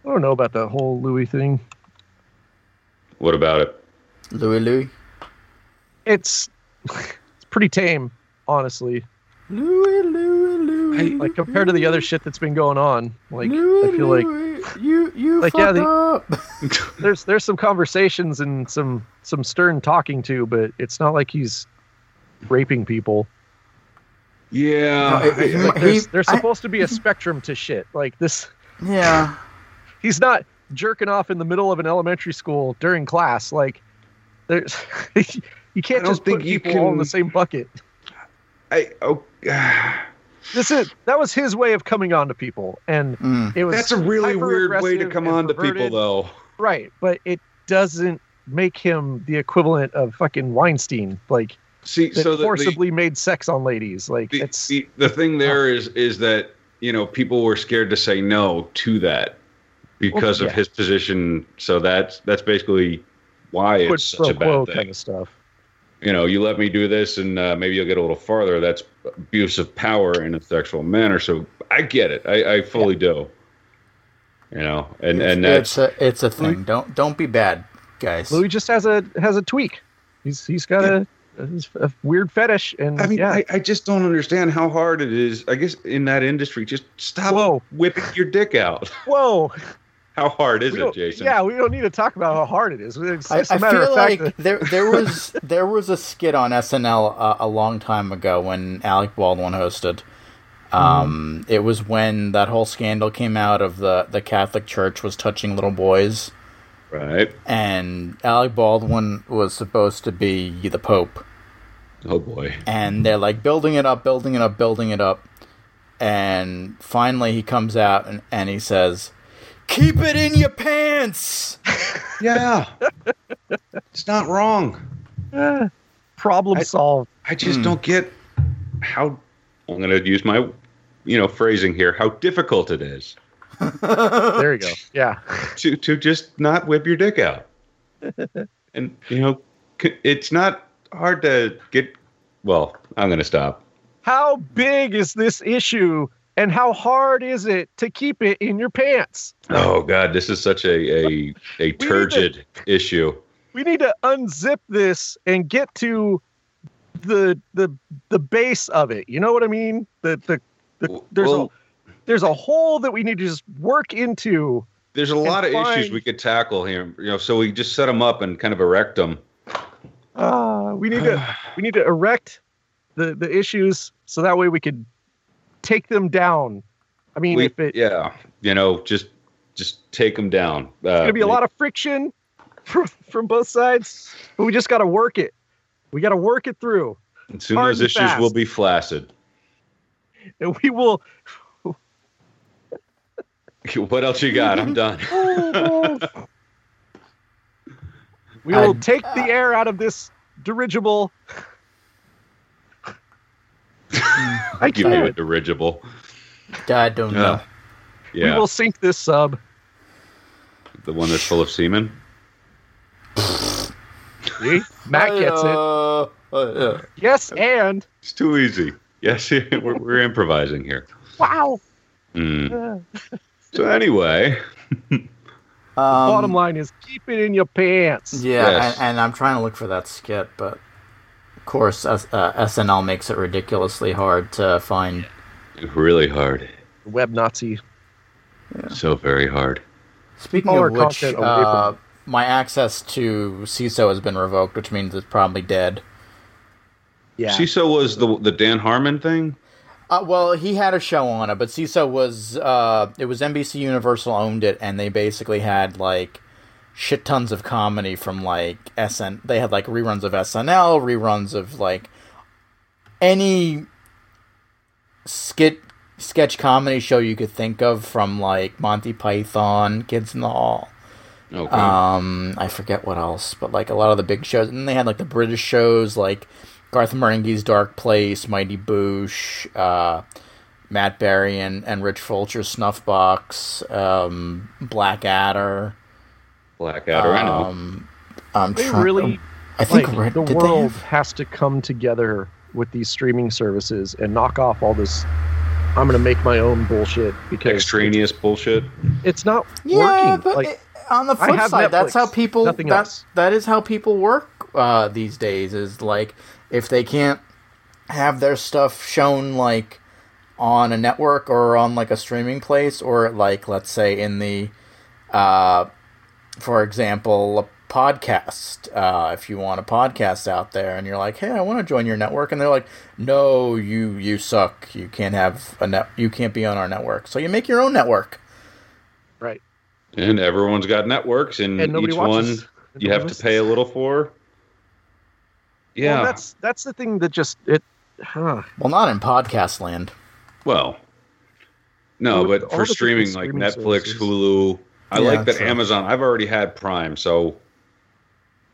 [SPEAKER 6] I don't know about that whole Louis thing.
[SPEAKER 5] What about it?
[SPEAKER 4] Louie Louie.
[SPEAKER 6] It's it's pretty tame, honestly.
[SPEAKER 4] Louie Louie Louie.
[SPEAKER 6] Like compared to the other shit that's been going on. Like
[SPEAKER 4] Louie,
[SPEAKER 6] I feel like
[SPEAKER 4] Louie, you you
[SPEAKER 6] Like,
[SPEAKER 4] fucked
[SPEAKER 6] yeah, they-
[SPEAKER 4] up.
[SPEAKER 6] there's there's some conversations and some some stern talking to, but it's not like he's raping people.
[SPEAKER 5] Yeah.
[SPEAKER 4] No, it-
[SPEAKER 6] Like
[SPEAKER 4] He-
[SPEAKER 6] there's, there's
[SPEAKER 4] I-
[SPEAKER 6] supposed to be a spectrum to shit. Like this,
[SPEAKER 4] yeah.
[SPEAKER 6] he's not jerking off in the middle of an elementary school during class. Like there's, you
[SPEAKER 5] I
[SPEAKER 6] can't
[SPEAKER 5] don't
[SPEAKER 6] just put
[SPEAKER 5] think you
[SPEAKER 6] people all in
[SPEAKER 5] can-
[SPEAKER 6] the same bucket.
[SPEAKER 5] I, oh, that's
[SPEAKER 6] This is that was his way of coming on to people, and
[SPEAKER 4] Mm.
[SPEAKER 6] it was
[SPEAKER 5] Hmm. a really weird way to
[SPEAKER 6] hyper-aggressive
[SPEAKER 5] come
[SPEAKER 6] and
[SPEAKER 5] on to people,
[SPEAKER 6] perverted.
[SPEAKER 5] though.
[SPEAKER 6] Right, but it doesn't make him the equivalent of fucking Weinstein. Like
[SPEAKER 5] See,
[SPEAKER 6] that
[SPEAKER 5] so the, the,
[SPEAKER 6] forcibly made sex on ladies. Like
[SPEAKER 5] the,
[SPEAKER 6] it's
[SPEAKER 5] the, the thing there is is that you know people were scared to say no to that because
[SPEAKER 6] Well,
[SPEAKER 5] of
[SPEAKER 6] yeah.
[SPEAKER 5] his position so that's that's basically why
[SPEAKER 6] quid
[SPEAKER 5] it's such
[SPEAKER 6] pro
[SPEAKER 5] a
[SPEAKER 6] quo
[SPEAKER 5] bad
[SPEAKER 6] kind
[SPEAKER 5] thing
[SPEAKER 6] of stuff.
[SPEAKER 5] you know you let me do this and uh, maybe you'll get a little farther that's abuse of power in a sexual manner so i get it i, I fully do you know and and
[SPEAKER 4] it's,
[SPEAKER 5] that's
[SPEAKER 4] it's a it's a thing. Don't don't be bad, guys.
[SPEAKER 6] Louis just has a has a tweak. He's he's got a, a, a weird fetish, and
[SPEAKER 5] I mean,
[SPEAKER 6] yeah,
[SPEAKER 5] I, I just don't understand how hard it is. I guess in that industry, just stop
[SPEAKER 6] Whoa.
[SPEAKER 5] whipping your dick out.
[SPEAKER 6] whoa,
[SPEAKER 5] How hard is
[SPEAKER 6] we
[SPEAKER 5] it,
[SPEAKER 6] don't-
[SPEAKER 5] Jason?
[SPEAKER 6] yeah, we don't need to talk about how hard it is. It's
[SPEAKER 4] I,
[SPEAKER 6] just a
[SPEAKER 4] I
[SPEAKER 6] matter
[SPEAKER 4] feel
[SPEAKER 6] of fact.
[SPEAKER 4] like there there was there was a skit on SNL a, a long time ago when Alec Baldwin hosted. Um,
[SPEAKER 6] Mm-hmm.
[SPEAKER 4] It was when that whole scandal came out of the the Catholic Church was touching little boys,
[SPEAKER 5] Right.
[SPEAKER 4] and Alec Baldwin was supposed to be the Pope,
[SPEAKER 5] Oh boy.
[SPEAKER 4] and they're like building it up, building it up, building it up, and finally he comes out and, and he says, "Keep it in your pants."
[SPEAKER 5] Yeah. it's not wrong.
[SPEAKER 6] that, eh, problem
[SPEAKER 5] I-
[SPEAKER 6] solved.
[SPEAKER 5] I just don't get how I'm going to use my you know phrasing here how difficult it is
[SPEAKER 6] There you go. Yeah,
[SPEAKER 5] to to just not whip your dick out. and you know c- it's not hard to get well, I'm going to stop.
[SPEAKER 6] how big is this issue, and how hard is it to keep it in your pants?
[SPEAKER 5] Oh god, this is such a a a
[SPEAKER 6] to-
[SPEAKER 5] turgid issue.
[SPEAKER 6] we need to unzip this and get to the the the base of it. You know what I mean? The the, the there's
[SPEAKER 5] Well-
[SPEAKER 6] a there's a hole that we need to just work into.
[SPEAKER 5] There's a lot of issues
[SPEAKER 6] find-
[SPEAKER 5] we could tackle here, you know, so we just set them up and kind of erect them.
[SPEAKER 6] Uh, we need to we need to erect the the issues so that way we could take them down. I mean,
[SPEAKER 5] We-
[SPEAKER 6] if it,
[SPEAKER 5] yeah, you know, just just take them down. Uh,
[SPEAKER 6] it's gonna be a lot of friction from from both sides, but we just got to work it. We got to work it through.
[SPEAKER 5] soon
[SPEAKER 6] hard
[SPEAKER 5] those
[SPEAKER 6] and
[SPEAKER 5] issues
[SPEAKER 6] fast.
[SPEAKER 5] will be flaccid.
[SPEAKER 6] and we will
[SPEAKER 5] What else you got? I'm done.
[SPEAKER 6] We will
[SPEAKER 4] I-
[SPEAKER 6] take the air out of this dirigible. I
[SPEAKER 5] Give you a
[SPEAKER 6] can't.
[SPEAKER 5] dirigible.
[SPEAKER 4] I don't know.
[SPEAKER 5] Yeah. Yeah.
[SPEAKER 6] We will sink this sub.
[SPEAKER 5] The one that's full of semen.
[SPEAKER 6] See? Matt gets it. Yes, and
[SPEAKER 5] It's too easy. Yes, we're, we're improvising here.
[SPEAKER 6] wow.
[SPEAKER 5] Mm.
[SPEAKER 6] Uh,
[SPEAKER 5] So anyway,
[SPEAKER 6] Bottom line is keep it in your pants.
[SPEAKER 4] Um, Yeah,
[SPEAKER 5] Yes.
[SPEAKER 4] and, and I'm trying to look for that skit, but of course, S- uh, SNL makes it ridiculously hard to find.
[SPEAKER 5] really hard.
[SPEAKER 6] Web Nazi.
[SPEAKER 5] So very hard.
[SPEAKER 4] Speaking
[SPEAKER 6] Smaller
[SPEAKER 4] of which,
[SPEAKER 6] content away from-
[SPEAKER 4] uh, my access to CISO has been revoked, which means it's probably dead.
[SPEAKER 6] Yeah.
[SPEAKER 5] CISO was the the Dan Harmon thing.
[SPEAKER 4] Uh, well, he had a show on it, but CISO was uh, it was NBC Universal owned it, and they basically had like shit tons of comedy from like SN. They had like reruns of SNL, reruns of like any skit sketch comedy show you could think of from like Monty Python, Kids in the Hall.
[SPEAKER 5] Okay.
[SPEAKER 6] Uh,
[SPEAKER 4] Um, I forget what else, but like a lot of the big shows, and they had like the British shows, like Garth Marenghi's Dark Place, Mighty Boosh, uh, Matt Berry and, and Rich Fulcher's Snuffbox, um, Blackadder.
[SPEAKER 5] Blackadder. I know.
[SPEAKER 4] Um, I'm
[SPEAKER 6] They
[SPEAKER 4] trying-
[SPEAKER 6] really
[SPEAKER 4] um, I think
[SPEAKER 6] like,
[SPEAKER 4] Red-
[SPEAKER 6] the
[SPEAKER 4] did they
[SPEAKER 6] world
[SPEAKER 4] have-
[SPEAKER 6] has to come together with these streaming services and knock off all this I'm gonna make my own bullshit because
[SPEAKER 5] Extraneous bullshit.
[SPEAKER 6] it's not
[SPEAKER 4] yeah,
[SPEAKER 6] working.
[SPEAKER 4] but
[SPEAKER 6] like
[SPEAKER 4] it- on the
[SPEAKER 6] I
[SPEAKER 4] flip
[SPEAKER 6] have
[SPEAKER 4] side, that's
[SPEAKER 6] Netflix,
[SPEAKER 4] how people.
[SPEAKER 6] nothing
[SPEAKER 4] that,
[SPEAKER 6] else.
[SPEAKER 4] that is how people work uh, these days. Is like if they can't have their stuff shown like on a network or on like a streaming place or like let's say in the, uh, for example, a podcast. Uh, if you want a podcast out there and you're like, hey, I want to join your network, and they're like, no, you you suck. You can't have a net. You can't be on our network. So you make your own network.
[SPEAKER 6] right.
[SPEAKER 5] And everyone's got networks, and,
[SPEAKER 6] And nobody
[SPEAKER 5] each
[SPEAKER 6] watches.
[SPEAKER 5] one you have to pay a little for. Yeah.
[SPEAKER 6] Well, that's that's the thing that just it huh.
[SPEAKER 4] Well, not in podcast land.
[SPEAKER 5] Well, no,
[SPEAKER 6] Well,
[SPEAKER 5] but for
[SPEAKER 6] all the different
[SPEAKER 5] streaming like
[SPEAKER 6] streaming
[SPEAKER 5] Netflix,
[SPEAKER 6] services.
[SPEAKER 5] Hulu, I
[SPEAKER 4] Yeah,
[SPEAKER 5] like that
[SPEAKER 4] true.
[SPEAKER 5] Amazon. I've already had Prime, so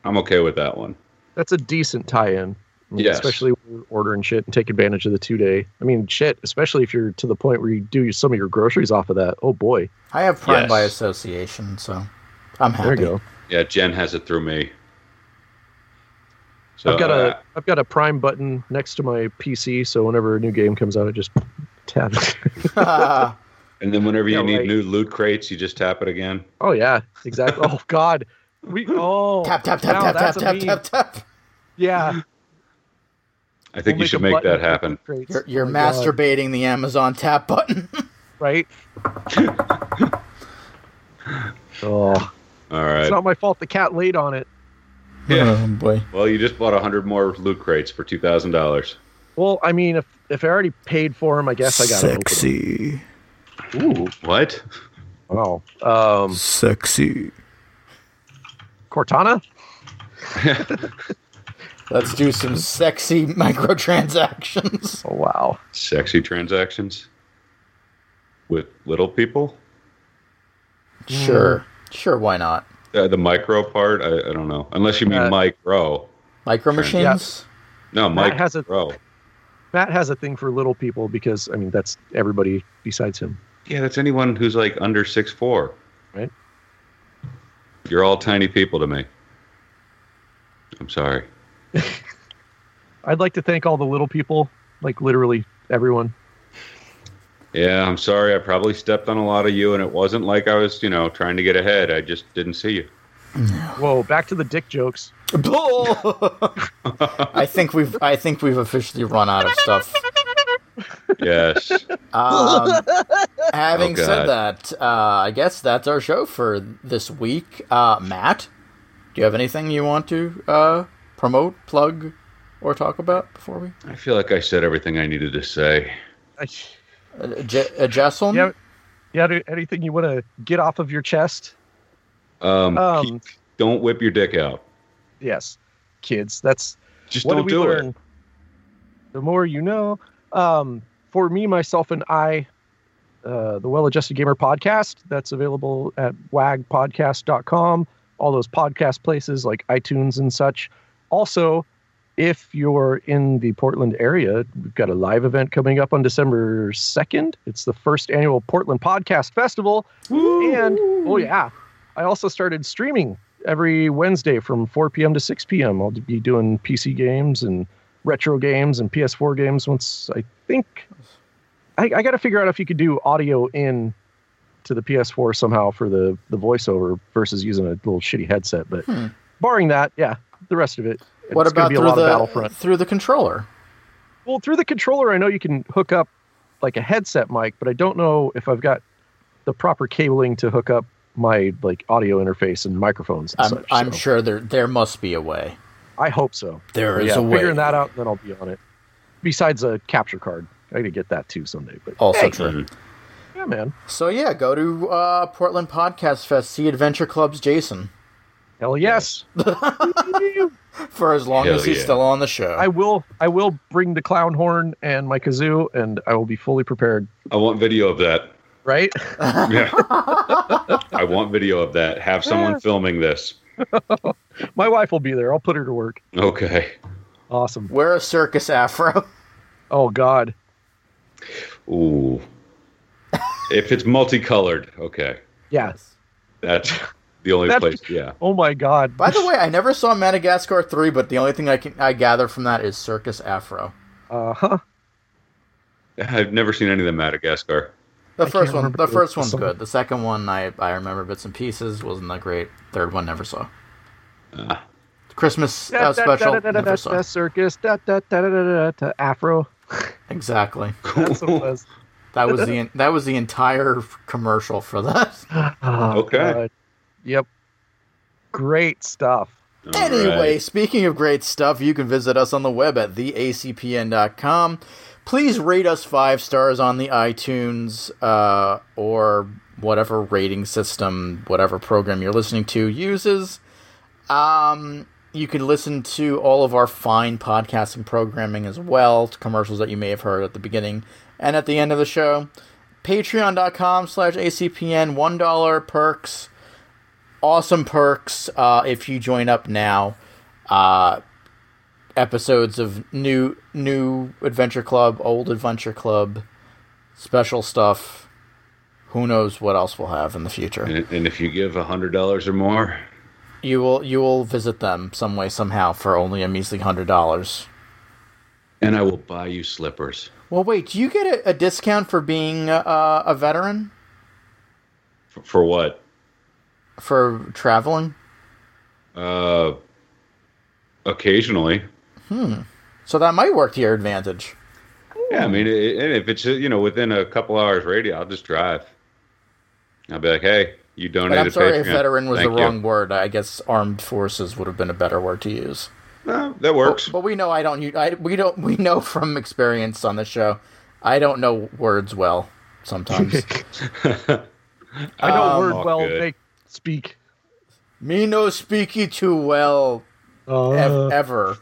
[SPEAKER 5] I'm okay with that one.
[SPEAKER 6] That's a decent tie-in. I mean,
[SPEAKER 5] Yes.
[SPEAKER 6] Especially when you're ordering shit and take advantage of the two day. I mean, shit, especially if you're to the point where you do some of your groceries off of that. Oh boy.
[SPEAKER 4] I have Prime
[SPEAKER 5] Yes.
[SPEAKER 4] by association, so I'm happy.
[SPEAKER 6] There you go.
[SPEAKER 5] Yeah, Jen has it through me. So
[SPEAKER 6] I've got
[SPEAKER 5] uh,
[SPEAKER 6] a I've got a Prime button next to my PC, so whenever a new game comes out, I just tap it.
[SPEAKER 4] go.
[SPEAKER 5] and then whenever you
[SPEAKER 6] Yeah,
[SPEAKER 5] need
[SPEAKER 6] right.
[SPEAKER 5] new loot crates, you just tap it again.
[SPEAKER 6] oh yeah, exactly. oh god, we oh
[SPEAKER 4] tap tap
[SPEAKER 6] wow,
[SPEAKER 4] tap tap tap
[SPEAKER 6] that's a
[SPEAKER 4] tap
[SPEAKER 6] meme.
[SPEAKER 4] tap tap.
[SPEAKER 6] Yeah,
[SPEAKER 5] I think you should make that happen.
[SPEAKER 4] You're,
[SPEAKER 6] Oh,
[SPEAKER 4] you're masturbating the Amazon tap button.
[SPEAKER 6] right? oh,
[SPEAKER 5] All
[SPEAKER 6] it's
[SPEAKER 5] right.
[SPEAKER 6] not my fault. The cat laid on it.
[SPEAKER 5] Yeah.
[SPEAKER 4] Oh boy.
[SPEAKER 5] Well, you just bought hundred more loot crates for two thousand dollars.
[SPEAKER 6] Well, I mean, if if I already paid for him, I guess I got
[SPEAKER 4] sexy,
[SPEAKER 5] Ooh, what?
[SPEAKER 6] Wow. Um,
[SPEAKER 4] sexy.
[SPEAKER 6] Cortana.
[SPEAKER 4] Let's do some sexy microtransactions.
[SPEAKER 6] Oh wow.
[SPEAKER 5] Sexy transactions with little people.
[SPEAKER 4] sure, sure. Why not?
[SPEAKER 5] Uh, the micro part, I, I don't know. Unless you mean
[SPEAKER 6] Uh,
[SPEAKER 5] micro.
[SPEAKER 4] Micro
[SPEAKER 5] Sure.
[SPEAKER 4] machines.
[SPEAKER 5] No, Mike
[SPEAKER 6] has a-
[SPEAKER 5] Rowe.
[SPEAKER 6] Matt has a thing for little people because I mean that's everybody besides him.
[SPEAKER 5] Yeah, that's anyone who's like under six four.
[SPEAKER 6] Right.
[SPEAKER 5] You're all tiny people to me. I'm sorry.
[SPEAKER 6] I'd like to thank all the little people, like literally everyone.
[SPEAKER 5] Yeah, I'm sorry. I probably stepped on a lot of you, and it wasn't like I was, you know, trying to get ahead. I just didn't see you.
[SPEAKER 6] Whoa, back to the dick jokes.
[SPEAKER 4] I think we've I think we've officially run out of stuff.
[SPEAKER 5] Yes.
[SPEAKER 4] Um, having
[SPEAKER 5] Oh,
[SPEAKER 4] said
[SPEAKER 5] God.
[SPEAKER 4] that, uh, I guess that's our show for this week. Uh, Matt, do you have anything you want to uh, promote, plug, or talk about before we?
[SPEAKER 5] I feel like I said everything I needed to say.
[SPEAKER 6] I-
[SPEAKER 4] Uh, J- uh, Jesselyn?
[SPEAKER 6] Yeah, yeah. do- Anything you want to get off of your chest?
[SPEAKER 5] Um,
[SPEAKER 6] Um,
[SPEAKER 5] keep- don't whip your dick out.
[SPEAKER 6] Yes, kids. That's
[SPEAKER 5] Just
[SPEAKER 6] what
[SPEAKER 5] don't
[SPEAKER 6] did
[SPEAKER 5] do
[SPEAKER 6] we learn?
[SPEAKER 5] it.
[SPEAKER 6] The more you know. Um, for me, myself, and I, uh, the Well Adjusted Gamer podcast. That's available at wagpodcast.com, all those podcast places like iTunes and such. Also, if you're in the Portland area, we've got a live event coming up on December 2nd. It's the first annual Portland Podcast Festival. And, oh, yeah, I also started streaming every Wednesday from 4 p.m. to 6 p.m. I'll be doing PC games and retro games and PS4 games once I think I, I got to figure out if you could do audio in to the PS4 somehow for the the voiceover versus using a little shitty headset. But barring that, yeah, the rest of it.
[SPEAKER 4] Hmm. what
[SPEAKER 6] it's gonna
[SPEAKER 4] about
[SPEAKER 6] be a
[SPEAKER 4] through
[SPEAKER 6] lot
[SPEAKER 4] the
[SPEAKER 6] of Battlefront?
[SPEAKER 4] through the controller?
[SPEAKER 6] Well, through the controller, I know you can hook up like a headset mic, but I don't know if I've got the proper cabling to hook up my like audio interface and microphones. And
[SPEAKER 4] I'm,
[SPEAKER 6] such,
[SPEAKER 4] I'm
[SPEAKER 6] so
[SPEAKER 4] sure there there must be a way.
[SPEAKER 6] I hope so.
[SPEAKER 4] There is
[SPEAKER 6] yeah,
[SPEAKER 4] a way.
[SPEAKER 6] figuring that out, and then I'll be on it. Besides a capture card, I gotta get that too someday. But
[SPEAKER 4] Also true.
[SPEAKER 6] yeah, man,
[SPEAKER 4] So yeah, go to uh, Portland Podcast Fest. See Adventure Club's Jason
[SPEAKER 6] hell yes.
[SPEAKER 4] for as long
[SPEAKER 5] Hell
[SPEAKER 4] as he's
[SPEAKER 5] yeah.
[SPEAKER 4] still on the show.
[SPEAKER 6] I will. I will bring the clown horn and my kazoo, and I will be fully prepared.
[SPEAKER 5] I want video of that.
[SPEAKER 6] Right?
[SPEAKER 5] Yeah. I want video of that. Have someone filming this.
[SPEAKER 6] my wife will be there. I'll put her to work.
[SPEAKER 5] Okay.
[SPEAKER 6] Awesome.
[SPEAKER 4] Wear a circus afro.
[SPEAKER 6] Oh God.
[SPEAKER 5] Ooh. If it's multicolored, okay.
[SPEAKER 6] Yeah.
[SPEAKER 5] That's the only
[SPEAKER 6] That's-
[SPEAKER 5] place. Yeah.
[SPEAKER 6] Oh my God.
[SPEAKER 4] By the way, I never saw Madagascar three, but the only thing I can I gather from that is circus afro.
[SPEAKER 6] Uh huh.
[SPEAKER 5] I've never seen any of them Madagascar.
[SPEAKER 4] The
[SPEAKER 6] I
[SPEAKER 4] first
[SPEAKER 6] can't
[SPEAKER 4] one,
[SPEAKER 6] remember
[SPEAKER 4] the
[SPEAKER 6] the-
[SPEAKER 4] first
[SPEAKER 6] the
[SPEAKER 4] one's
[SPEAKER 6] song.
[SPEAKER 4] good. The second one, I I remember bits and pieces. Wasn't that great? Third one, never saw.
[SPEAKER 5] Ah.
[SPEAKER 4] Christmas uh, special, never saw.
[SPEAKER 6] Circus. da- da- da- da- da- da- da- Afro.
[SPEAKER 4] Exactly.
[SPEAKER 6] That's what it was.
[SPEAKER 4] That was the that was the entire commercial for that.
[SPEAKER 6] Oh,
[SPEAKER 5] Okay.
[SPEAKER 6] God. Yep. Great stuff.
[SPEAKER 5] All
[SPEAKER 4] Anyway,
[SPEAKER 5] right.
[SPEAKER 4] speaking of great stuff, you can visit us on the web at theacpn.com. Please rate us five stars on the iTunes uh, or whatever rating system, whatever program you're listening to uses. Um, you can listen to all of our fine podcasting programming as well, commercials that you may have heard at the beginning and at the end of the show. Patreon.com slash ACPN, $1 perks awesome perks uh, if you join up now. Uh, episodes of new new Adventure Club, old Adventure Club, special stuff. Who knows what else we'll have in the future?
[SPEAKER 5] And, and if you give a hundred dollars or more,
[SPEAKER 4] You will you will visit them some way somehow for only a measly hundred dollars.
[SPEAKER 5] and I will buy you slippers.
[SPEAKER 4] Well, wait, do you get a, a discount for being uh, a veteran
[SPEAKER 5] For, for what?
[SPEAKER 4] for traveling?
[SPEAKER 5] Uh, occasionally.
[SPEAKER 4] So that might work to your advantage.
[SPEAKER 5] Yeah, I mean, it, and if it's uh, you know within a couple hours radio, I'll just drive. I'll be like, hey, you
[SPEAKER 4] But
[SPEAKER 5] donated.
[SPEAKER 4] I'm sorry if
[SPEAKER 5] Patreon.
[SPEAKER 4] veteran was
[SPEAKER 5] Thank
[SPEAKER 4] the
[SPEAKER 5] you."
[SPEAKER 4] wrong word. I guess armed forces would have been a better word to use.
[SPEAKER 5] No, that works.
[SPEAKER 4] But we know I don't. u- I, we don't. We know from experience on the show, I don't know words well sometimes.
[SPEAKER 6] I know
[SPEAKER 5] Um,
[SPEAKER 6] word
[SPEAKER 5] all
[SPEAKER 6] well.
[SPEAKER 5] good.
[SPEAKER 6] They speak.
[SPEAKER 4] Me no speaky too well
[SPEAKER 6] Uh,
[SPEAKER 4] ev- ever.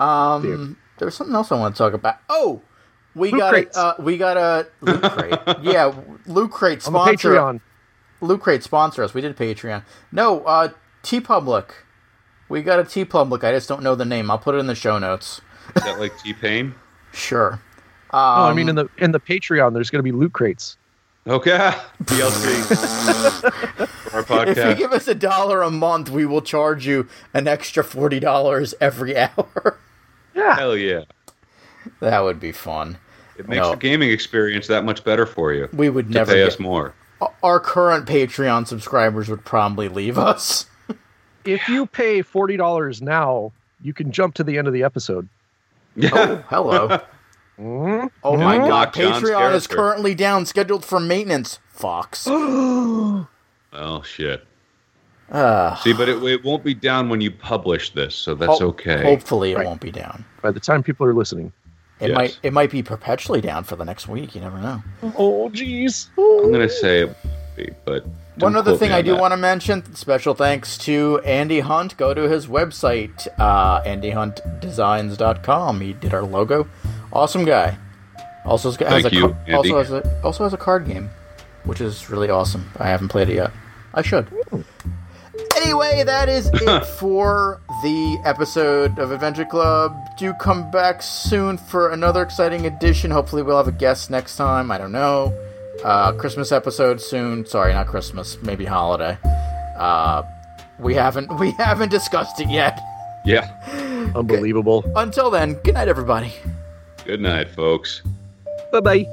[SPEAKER 4] um, there was something else I want to talk about. Oh, we
[SPEAKER 6] Loot
[SPEAKER 4] got
[SPEAKER 6] crates.
[SPEAKER 4] a uh, we got a loot crate. yeah, loot crate
[SPEAKER 6] on the
[SPEAKER 4] sponsor.
[SPEAKER 6] Patreon.
[SPEAKER 4] Loot Crate sponsor us. We did Patreon. No, uh, T Public. We got a T Public. I just don't know the name. I'll put it in the show notes.
[SPEAKER 5] Is that like T Pain?
[SPEAKER 4] Sure. Um,
[SPEAKER 6] no, Oh, I mean in the in the Patreon, there's going to be loot crates.
[SPEAKER 5] Okay. DLC. For our
[SPEAKER 4] If you
[SPEAKER 5] podcast.
[SPEAKER 4] give us a dollar a month, we will charge you an extra forty dollars every hour.
[SPEAKER 5] Hell yeah.
[SPEAKER 4] that would be fun.
[SPEAKER 5] It makes
[SPEAKER 4] No.
[SPEAKER 5] the gaming experience that much better for you.
[SPEAKER 4] We would
[SPEAKER 5] to
[SPEAKER 4] never
[SPEAKER 5] pay
[SPEAKER 4] get-
[SPEAKER 5] us more.
[SPEAKER 4] Our current Patreon subscribers would probably leave us.
[SPEAKER 6] If you pay forty dollars now, you can jump to the end of the episode.
[SPEAKER 4] Oh, hello.
[SPEAKER 6] Mm?
[SPEAKER 4] Oh my
[SPEAKER 5] Mhm.
[SPEAKER 4] god,
[SPEAKER 5] Block John's
[SPEAKER 4] Patreon is
[SPEAKER 5] character.
[SPEAKER 4] currently down, scheduled for maintenance. Fox.
[SPEAKER 5] Oh shit.
[SPEAKER 4] Ah.
[SPEAKER 5] See, but it, it won't be down when you publish this, so that's
[SPEAKER 4] Ho-
[SPEAKER 5] okay.
[SPEAKER 4] Hopefully, it
[SPEAKER 6] Right.
[SPEAKER 4] won't be down.
[SPEAKER 6] By the time people are listening.
[SPEAKER 4] It
[SPEAKER 5] Yes.
[SPEAKER 4] might. It might be perpetually down for the next week. You never know.
[SPEAKER 6] Oh jeez.
[SPEAKER 5] I'm gonna say, it, won't be, but
[SPEAKER 4] One
[SPEAKER 5] don't
[SPEAKER 4] other
[SPEAKER 5] quote
[SPEAKER 4] thing
[SPEAKER 5] me on
[SPEAKER 4] I do
[SPEAKER 5] that.
[SPEAKER 4] want to mention special thanks to Andy Hunt. Go to his website, uh, andyhuntdesigns.com. He did our logo. Awesome guy. Also, has, has
[SPEAKER 5] Thank
[SPEAKER 4] a,
[SPEAKER 5] you,
[SPEAKER 4] ca-
[SPEAKER 5] Andy.
[SPEAKER 4] also has a also has a card game, which is really awesome. I haven't played it yet. I should. Anyway, that is it for the episode of Adventure Club. Do come back soon for another exciting edition. Hopefully, we'll have a guest next time. I don't know. Uh, Christmas episode soon. Sorry, not Christmas. Maybe holiday. Uh, we haven't we haven't discussed it yet.
[SPEAKER 5] Yeah.
[SPEAKER 6] Unbelievable.
[SPEAKER 4] Until then, good night, everybody.
[SPEAKER 5] Good night, folks.
[SPEAKER 6] Bye bye.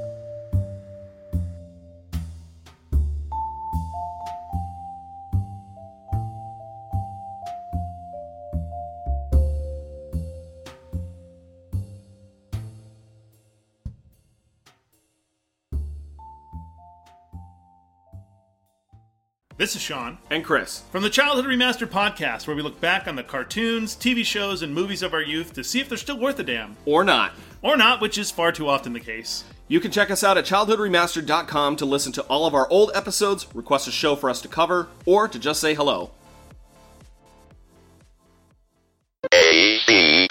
[SPEAKER 8] This is Sean and Chris from the Childhood Remastered podcast, where we look back on the cartoons, TV shows, and movies of our youth to see if they're still worth a damn.
[SPEAKER 9] Or not.
[SPEAKER 8] Or not, which is far too often the case.
[SPEAKER 9] You can check us out at childhoodremastered.com to listen to all of our old episodes, request a show for us to cover, or to just say hello.
[SPEAKER 1] A C